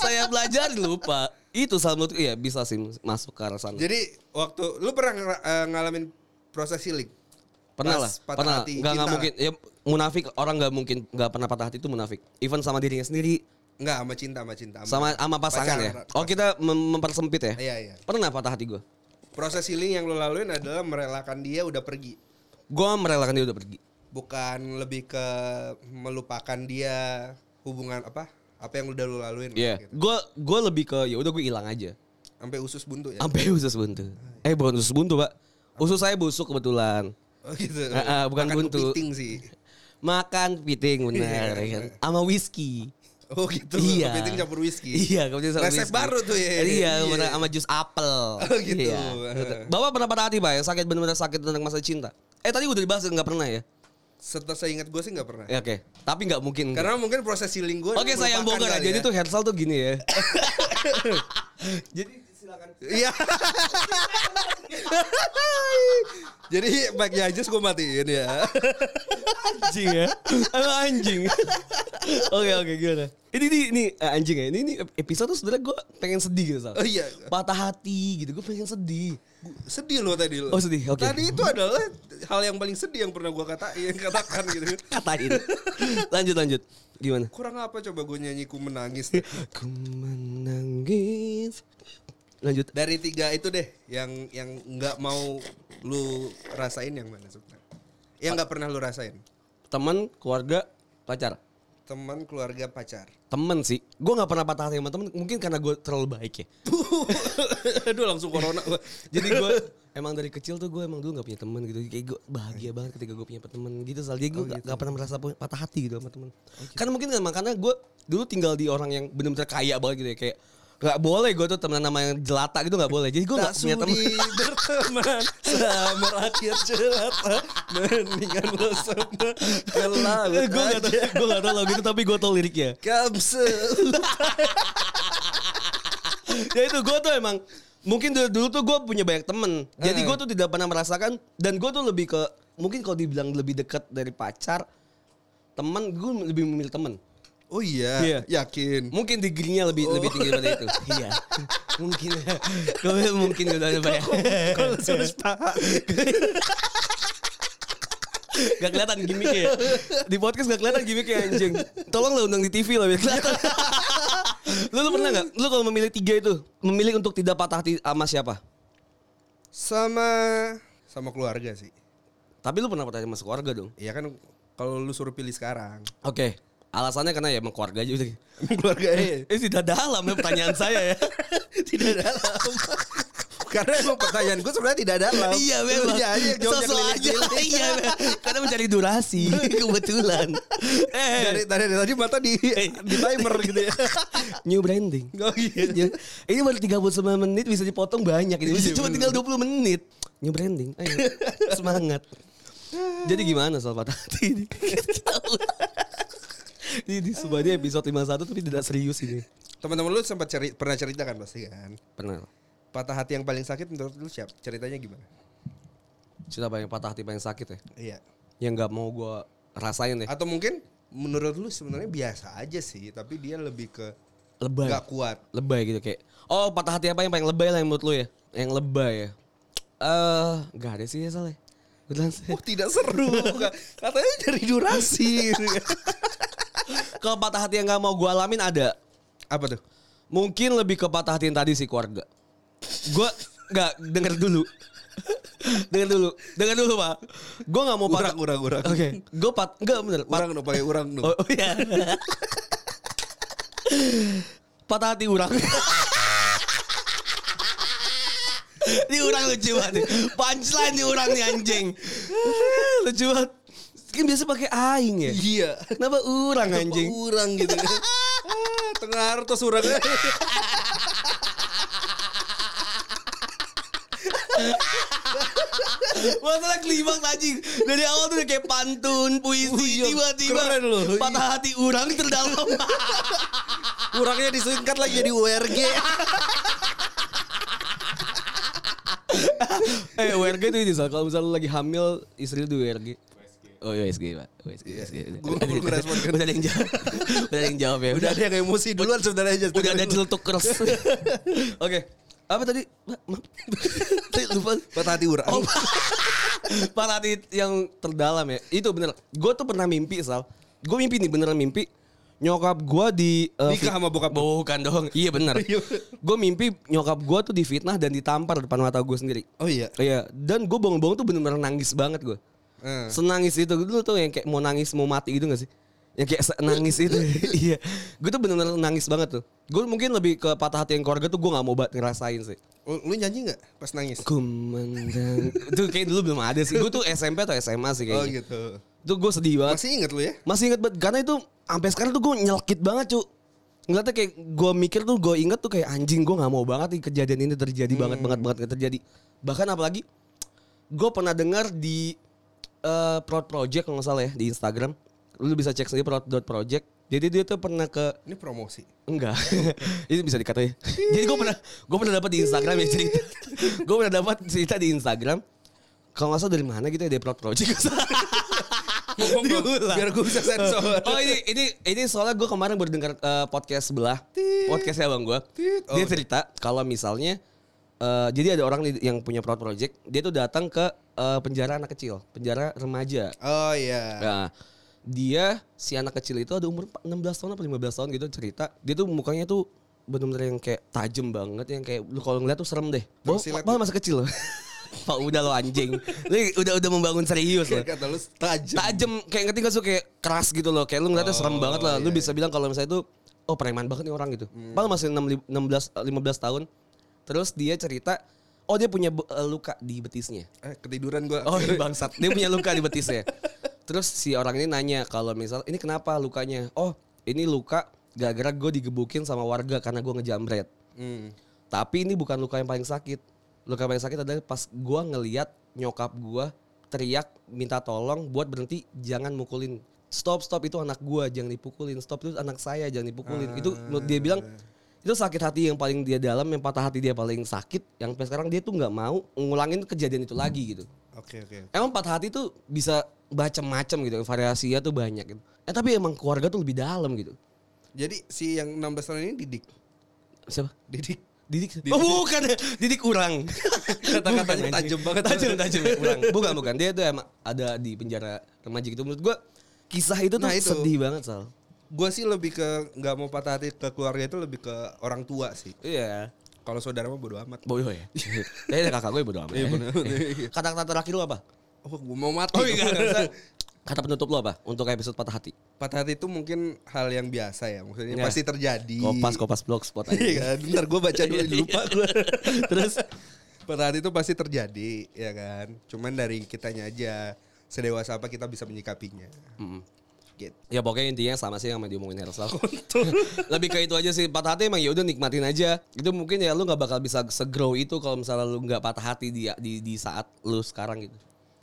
Speaker 2: saya belajar lupa. Itu salah satu iya bisa sih masuk ke arah sana.
Speaker 1: Jadi waktu lu pernah ngera- eh, ngalamin proses healing?
Speaker 2: Pernah lah,
Speaker 1: Pas patah
Speaker 2: pernah.
Speaker 1: hati,
Speaker 2: Gak nggak
Speaker 1: cinta.
Speaker 2: mungkin. Ya, munafik orang nggak mungkin nggak pernah patah hati itu munafik. Even sama dirinya sendiri,
Speaker 1: Enggak, sama cinta, sama cinta.
Speaker 2: sama sama pasangan ya.
Speaker 1: Oh.
Speaker 2: Oh kita mem- mempersempit ya.
Speaker 1: Iya, iya.
Speaker 2: Pernah patah hati gue.
Speaker 1: Proses healing yang lu laluin adalah merelakan dia udah pergi.
Speaker 2: Gue merelakan dia udah pergi.
Speaker 1: Bukan lebih ke melupakan dia hubungan apa? Apa yang udah lu laluin lah
Speaker 2: Iya.
Speaker 1: gitu.
Speaker 2: Gue gue lebih ke ya udah gue hilang aja.
Speaker 1: Sampai usus buntu ya.
Speaker 2: Sampai usus buntu. Eh bukan usus buntu pak. Usus saya busuk kebetulan.
Speaker 1: Oh gitu.
Speaker 2: Eh, eh, bukan
Speaker 1: Makan
Speaker 2: buntu.
Speaker 1: kepiting sih.
Speaker 2: Makan piting
Speaker 1: Iya,
Speaker 2: bener. ya kan? Sama whisky.
Speaker 1: Oh gitu.
Speaker 2: Iya.
Speaker 1: Kepiting campur whisky.
Speaker 2: Iya, kemudian sama
Speaker 1: Resep
Speaker 2: whisky.
Speaker 1: baru tuh ya.
Speaker 2: Iya, bener, sama jus apel.
Speaker 1: Oh, gitu.
Speaker 2: Iya. Bapak pernah patah hati, Pak, yang sakit benar-benar sakit tentang masa cinta. Eh tadi udah dibahas nggak pernah ya?
Speaker 1: Setelah saya ingat gue sih nggak pernah.
Speaker 2: Ya oke. Tapi nggak mungkin.
Speaker 1: Karena mungkin proses healing gue.
Speaker 2: Oke, saya yang bongkar ya. Jadi tuh Hersal tuh gini ya. Jadi silakan.
Speaker 1: Iya. Jadi mic-nya aja gue matiin ya.
Speaker 2: anjing ya Emang anjing oke oke gimana ini ini, ini eh, anjing ya ini, ini episode tuh sebenarnya gue pengen sedih gitu Sal.
Speaker 1: Oh iya.
Speaker 2: patah hati gitu gue pengen sedih
Speaker 1: Sedih lo tadi lo.
Speaker 2: Oh, sedih, oke.
Speaker 1: Tadi itu adalah hal yang paling sedih yang pernah gue katain, katakan gitu.
Speaker 2: katain lanjut lanjut gimana
Speaker 1: Kurang apa coba gue nyanyi ku menangis.
Speaker 2: ku menangis lanjut
Speaker 1: Dari tiga itu deh yang yang nggak mau lu rasain yang mana sebenarnya? Yang nggak pernah lu rasain.
Speaker 2: teman keluarga pacar
Speaker 1: Teman, keluarga, pacar.
Speaker 2: temen sih gue nggak pernah patah hati sama temen mungkin karena gue terlalu baik ya
Speaker 1: Aduh langsung corona gua.
Speaker 2: jadi gue emang dari kecil tuh gue emang dulu nggak punya temen gitu kayak gue bahagia banget ketika gue punya temen gitu soalnya gue nggak nggak pernah merasa pu- patah hati gitu sama temen karena mungkin kan makanya gue dulu tinggal di orang yang benar-benar kaya banget gitu ya kayak nggak boleh gue tuh temenan sama yang jelata gitu nggak boleh jadi gue nggak
Speaker 1: Tak
Speaker 2: punya temen
Speaker 1: sudi berteman sama rakyat jelata Mendingan lo semua ke
Speaker 2: gue
Speaker 1: laut
Speaker 2: Eh, nggak tahu gue nggak tahu lagu itu tapi gue tahu liriknya
Speaker 1: Kamse
Speaker 2: ya itu gue tuh emang mungkin dulu, dulu tuh gue punya banyak temen jadi gue tuh tidak pernah merasakan dan gue tuh lebih ke mungkin kalau dibilang lebih dekat dari pacar teman gue lebih memilih temen
Speaker 1: Oh
Speaker 2: Iya.
Speaker 1: iya, yakin
Speaker 2: Mungkin degree-nya lebih lebih tinggi daripada itu. Iya. Mungkin. Gue mungkin udah ada banyak.
Speaker 1: Kalau sudah paha
Speaker 2: Gak kelihatan gimmicknya ya. Di podcast gak kelihatan gimmicknya anjing. Tolong lah undang di TV lah biar kelihatan. lu, lu pernah gak? Lu kalau memilih tiga itu, memilih untuk tidak patah hati sama siapa?
Speaker 1: Sama Sama keluarga sih
Speaker 2: Tapi lu pernah patah hati sama keluarga dong.
Speaker 1: Iya kan kalau lu suruh pilih sekarang
Speaker 2: Oke. Alasannya karena ya emang keluarga aja udah.
Speaker 1: Keluarga ya
Speaker 2: Eh tidak dalam ya pertanyaan saya ya.
Speaker 1: Tidak dalam Karena emang pertanyaan gue sebenarnya tidak dalam
Speaker 2: Iya
Speaker 1: Lu
Speaker 2: memang.
Speaker 1: aja yang jawabnya
Speaker 2: Sosok aja.
Speaker 1: keliling-keliling.
Speaker 2: Iya. memang. Karena mencari durasi kebetulan. Eh.
Speaker 1: dari, dari, dari tadi mata di,
Speaker 2: Iya.
Speaker 1: eh, di timer gitu ya
Speaker 2: New branding.
Speaker 1: Oh iya
Speaker 2: Ya, ini baru 39 menit bisa dipotong banyak ini. Bisa
Speaker 1: Iya,
Speaker 2: cuma tinggal 20 menit. New branding. Ayo. Semangat. Jadi gimana soal patah hati ini? ini di sebenarnya episode 51 tapi tidak serius ini.
Speaker 1: Teman-teman lu sempat ceri- pernah cerita kan pasti kan
Speaker 2: Pernah.
Speaker 1: patah hati yang paling sakit menurut lu siapa? Ceritanya gimana?
Speaker 2: Cerita banyak patah hati paling sakit ya.
Speaker 1: Iya.
Speaker 2: Yang nggak mau gua rasain ya.
Speaker 1: Atau mungkin menurut lu sebenarnya biasa aja sih, tapi dia lebih ke
Speaker 2: Lebay.
Speaker 1: nggak kuat.
Speaker 2: Lebay gitu kayak. Oh patah hati apa yang paling lebay lah yang menurut lu ya? Yang lebay ya. Eh nggak ada sih ya salah.
Speaker 1: Oh tidak seru, katanya dari durasi.
Speaker 2: Kalau patah hati yang nggak mau gua alamin ada.
Speaker 1: Apa tuh?
Speaker 2: Mungkin lebih ke patah hati yang tadi sih keluarga. Gua nggak denger dulu. denger dulu, denger dulu pak. Gua nggak mau patah.
Speaker 1: Urang, urang, urang.
Speaker 2: Oke, gua pat, nggak bener. Pat-
Speaker 1: Urang dong, pakai urang dong.
Speaker 2: Oh, oh iya. Patah hati urang. ini urang lucu banget. nih. Punchline nih urang nih anjing. lucu banget. Kan biasa pakai aing ya.
Speaker 1: Iya.
Speaker 2: Kenapa urang anjing?
Speaker 1: Anjing. Urang gitu. ah, tengah hartos urang.
Speaker 2: Masalah klimaks anjing. Dari awal tuh udah kayak pantun, puisi, tiba-tiba
Speaker 1: Keren loh.
Speaker 2: patah hati urang terdalam.
Speaker 1: Urangnya disingkat lagi jadi URG.
Speaker 2: eh, WRG itu ini Sal. Kalau misalnya lu lagi hamil, istri lu di WRG. Oh iya USG pak USG, USG.
Speaker 1: Gua nggak perlu ngerespon, kan?
Speaker 2: Udah ada yang jawab Udah ada yang jawab ya
Speaker 1: Udah ada yang emosi duluan sebenarnya aja.
Speaker 2: Udah ada jeletuk keras. Oke. Apa tadi? Ma- ma- Tadi Lupa.
Speaker 1: Patah hati urang.
Speaker 2: Oh, patah hati yang terdalam ya. Itu bener. Gue tuh pernah mimpi, Sal. Gue mimpi nih, beneran mimpi. Nyokap gue di... eh,
Speaker 1: Nikah
Speaker 2: fit-
Speaker 1: sama bokap lu?
Speaker 2: Bukan dong. Iya bener.
Speaker 1: Iya.
Speaker 2: gue mimpi nyokap gue tuh difitnah dan ditampar depan mata gue sendiri.
Speaker 1: Oh iya.
Speaker 2: Iya. Dan gue bangun-bangun tuh bener-bener nangis banget gue.
Speaker 1: Eh.
Speaker 2: Senangis itu dulu tuh yang kayak mau nangis mau mati gitu gak sih? Yang kayak se- nangis itu. iya. Gue tuh bener-bener nangis banget tuh. Gue mungkin lebih ke patah hati yang keluarga tuh gue gak mau banget ngerasain sih.
Speaker 1: Lu Oh, lu nyanyi nggak pas nangis?
Speaker 2: Kumandang. Itu kayak dulu belum ada sih. Gue tuh SMP atau SMA sih
Speaker 1: Oh
Speaker 2: kayaknya.
Speaker 1: gitu.
Speaker 2: Itu gue sedih banget.
Speaker 1: Masih inget lu ya?
Speaker 2: Masih inget banget karena itu sampai sekarang tuh gue nyelkit banget, cu. Ngeliatnya kayak gue mikir tuh gue inget tuh kayak anjing gue nggak mau banget nih kejadian ini terjadi banget banget banget nggak terjadi. Bahkan apalagi gue pernah dengar di eh, Proud Project kalau nggak salah ya di Instagram. Lu bisa cek sendiri Proud Project. Jadi dia tuh pernah ke
Speaker 1: Ini promosi.
Speaker 2: Enggak. Ini bisa dikatain. Jadi gue pernah gue pernah dapat di Instagram ya cerita. gue pernah dapat cerita di Instagram. Kalau nggak salah dari mana gitu ya dari Proud Project.
Speaker 1: Ngomong dong,
Speaker 2: Diulang.
Speaker 1: biar gue bisa sensor.
Speaker 2: Oh ini ini ini soalnya gue kemarin baru dengar eh, podcast sebelah.
Speaker 1: Tit.
Speaker 2: Podcastnya abang gue.
Speaker 1: Tit. Oh,
Speaker 2: Dia
Speaker 1: udah.
Speaker 2: cerita kalau misalnya eh, jadi ada orang nih yang punya Proud Project, dia tuh datang ke eh, penjara anak kecil, penjara remaja.
Speaker 1: Oh iya.
Speaker 2: Nah, dia si anak kecil itu ada umur 16 tahun atau 15 tahun gitu cerita. Dia tuh mukanya tuh bener-bener yang kayak tajam banget yang kayak lu kalau ngeliat tuh serem deh. Bahwa,
Speaker 1: Tersilat
Speaker 2: bahwa masa kecil loh. Pak udah lo anjing. Lu udah udah membangun serius loh.
Speaker 1: Kata lu tajam.
Speaker 2: Tajam kayak ngerti gak sih kayak keras gitu loh. Kayak lu ngeliatnya
Speaker 1: Oh,
Speaker 2: serem banget lah. Lu bisa bilang kalau misalnya itu oh preman banget nih orang gitu.
Speaker 1: Hmm.
Speaker 2: Padahal masih 6, 16 15 tahun. Terus dia cerita oh dia punya bu- eh, luka di betisnya.
Speaker 1: Eh, ketiduran gue.
Speaker 2: Oh iya bangsat. Dia punya luka di betisnya. Terus si orang ini nanya kalau misal ini kenapa lukanya? Oh ini luka gara-gara gue digebukin sama warga karena gue ngejamret.
Speaker 1: Hmm.
Speaker 2: Tapi ini bukan luka yang paling sakit. Luka yang paling sakit adalah pas gue ngeliat nyokap gue teriak minta tolong buat berhenti jangan mukulin. Stop stop itu anak gue jangan dipukulin. Stop itu anak saya jangan dipukulin. Itu menurut dia bilang itu sakit hati yang paling dia dalam yang patah hati dia paling sakit yang sampai sekarang dia tuh nggak mau ngulangin kejadian itu lagi gitu
Speaker 1: Oke oke.
Speaker 2: emang patah hati tuh bisa macam-macam gitu variasinya tuh banyak gitu. Eh tapi emang keluarga tuh lebih dalam gitu.
Speaker 1: Jadi si yang 16 tahun ini didik.
Speaker 2: Siapa?
Speaker 1: Didik.
Speaker 2: Didik. Oh bukan, Didik kurang.
Speaker 1: Kata-katanya
Speaker 2: Bukan,
Speaker 1: tajam
Speaker 2: anjing.
Speaker 1: banget.
Speaker 2: Tajam tajam ya, kurang. Bukan bukan dia tuh emang ada di penjara remaja gitu menurut gua kisah itu tuh
Speaker 1: Nah, itu.
Speaker 2: sedih banget Sal.
Speaker 1: Gue sih lebih ke nggak mau patah hati ke keluarga itu lebih ke orang tua sih.
Speaker 2: Iya.
Speaker 1: Kalau saudara mah bodo amat.
Speaker 2: Bodoh ya. Tapi kakak gue bodoh amat.
Speaker 1: Iya, bener.
Speaker 2: Eh, Kata-kata terakhir lu apa?
Speaker 1: Oh gue mau mati.
Speaker 2: Oh, iya.
Speaker 1: Gua nggak bisa.
Speaker 2: Kata penutup lu apa untuk episode patah hati?
Speaker 1: patah hati itu mungkin hal yang biasa ya. Maksudnya
Speaker 2: Iya.
Speaker 1: pasti terjadi.
Speaker 2: Kopas kopas blogspot aja.
Speaker 1: Iya kan? Bentar gue baca dulu lupa gue.
Speaker 2: Terus
Speaker 1: Patah hati itu pasti terjadi ya kan. Cuman dari kitanya aja sedewasa apa kita bisa menyikapinya.
Speaker 2: Mm.
Speaker 1: Gitu.
Speaker 2: Ya pokoknya intinya sama sih yang mau diomongin Hersal. Lebih ke itu aja sih patah hati emang ya udah nikmatin aja. Itu mungkin ya lu nggak bakal bisa segrow itu kalau misalnya lu nggak patah hati di, di di saat lu sekarang gitu.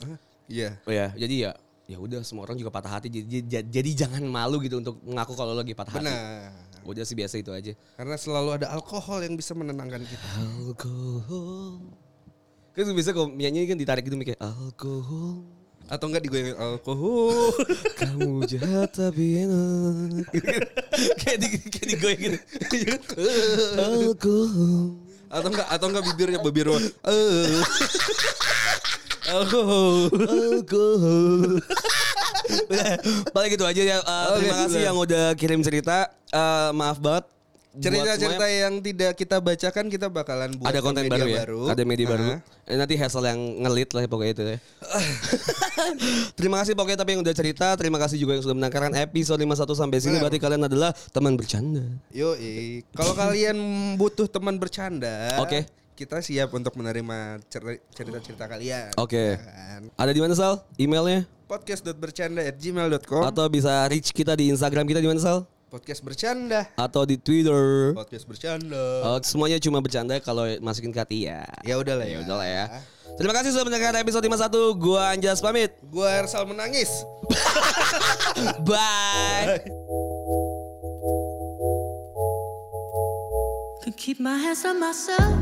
Speaker 1: Hah? Iya.
Speaker 2: Oh ya, jadi ya ya udah semua orang juga patah hati jadi, jadi jadi jangan malu gitu untuk mengaku kalau lu lagi patah hati.
Speaker 1: Benar.
Speaker 2: Udah sih biasa itu aja.
Speaker 1: Karena selalu ada alkohol yang bisa menenangkan kita.
Speaker 2: Alkohol. Kan tuh biasa kalau nyanyi kan ditarik gitu mikir alkohol.
Speaker 1: Atau enggak digoyangin alkohol.
Speaker 2: Kamu jahat tapi enak. kayak di kayak digoyang gitu. alkohol.
Speaker 1: atau enggak atau enggak bibirnya bibir doang. Eh. alkohol.
Speaker 2: alkohol. Paling gitu aja ya. Eh,
Speaker 1: Oke,
Speaker 2: terima kasih
Speaker 1: sudah.
Speaker 2: yang udah kirim cerita. Eh, maaf banget. buat
Speaker 1: Cerita-cerita
Speaker 2: semuanya.
Speaker 1: yang tidak kita bacakan kita bakalan buat di
Speaker 2: ada konten
Speaker 1: media
Speaker 2: baru ya. Ada media baru.
Speaker 1: Ah.
Speaker 2: Eh, Nanti hasil yang ngelit lah pokoknya itu ya. terima kasih pokoknya tapi yang udah cerita, terima kasih juga yang sudah mendengarkan episode 51 sampai sini. Berarti kalian adalah teman bercanda.
Speaker 1: Yoi, kalau kalian butuh teman bercanda,
Speaker 2: Oke.
Speaker 1: kita siap untuk menerima cer- cerita-cerita kalian.
Speaker 2: Oke.
Speaker 1: Kan?
Speaker 2: Ada di mana Sal? Emailnya?
Speaker 1: Podcast.bercanda@gmail.com,
Speaker 2: Atau bisa reach kita di Instagram kita di mana Sal?
Speaker 1: podcast bercanda,
Speaker 2: Atau di Twitter?
Speaker 1: podcast bercanda.
Speaker 2: Eh, semuanya cuma bercanda kalau masukin ke hati ya.
Speaker 1: Ya udahlah
Speaker 2: Ya
Speaker 1: ya.
Speaker 2: udah lah ya. Terima kasih sudah mendengarkan episode 51. Gua Anjas pamit.
Speaker 1: Gua Ersal menangis.
Speaker 2: Bye.
Speaker 3: Could keep my hands on myself.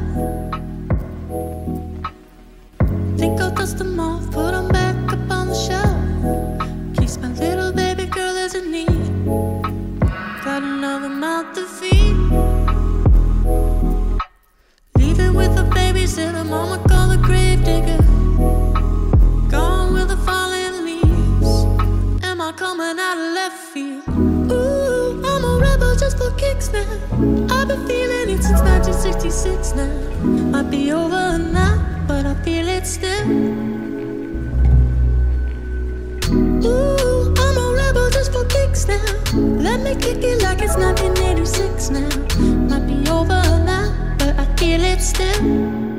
Speaker 3: Think I'll dust them off, put them back up on the shelf. Keeps my little baby girl as a need. Got another mouth to feed. Leave it with the babysitter, mama call the grave digger. Gone with the falling leaves. Am I coming out of left field? Ooh, I'm a rebel just for kicks now. I've been feeling it since 1966 now. Might be over now, but I feel it still. Ooh, I'm a rebel just for kicks now. Let me kick it like it's 1986 now. Might be over now, but I feel it still.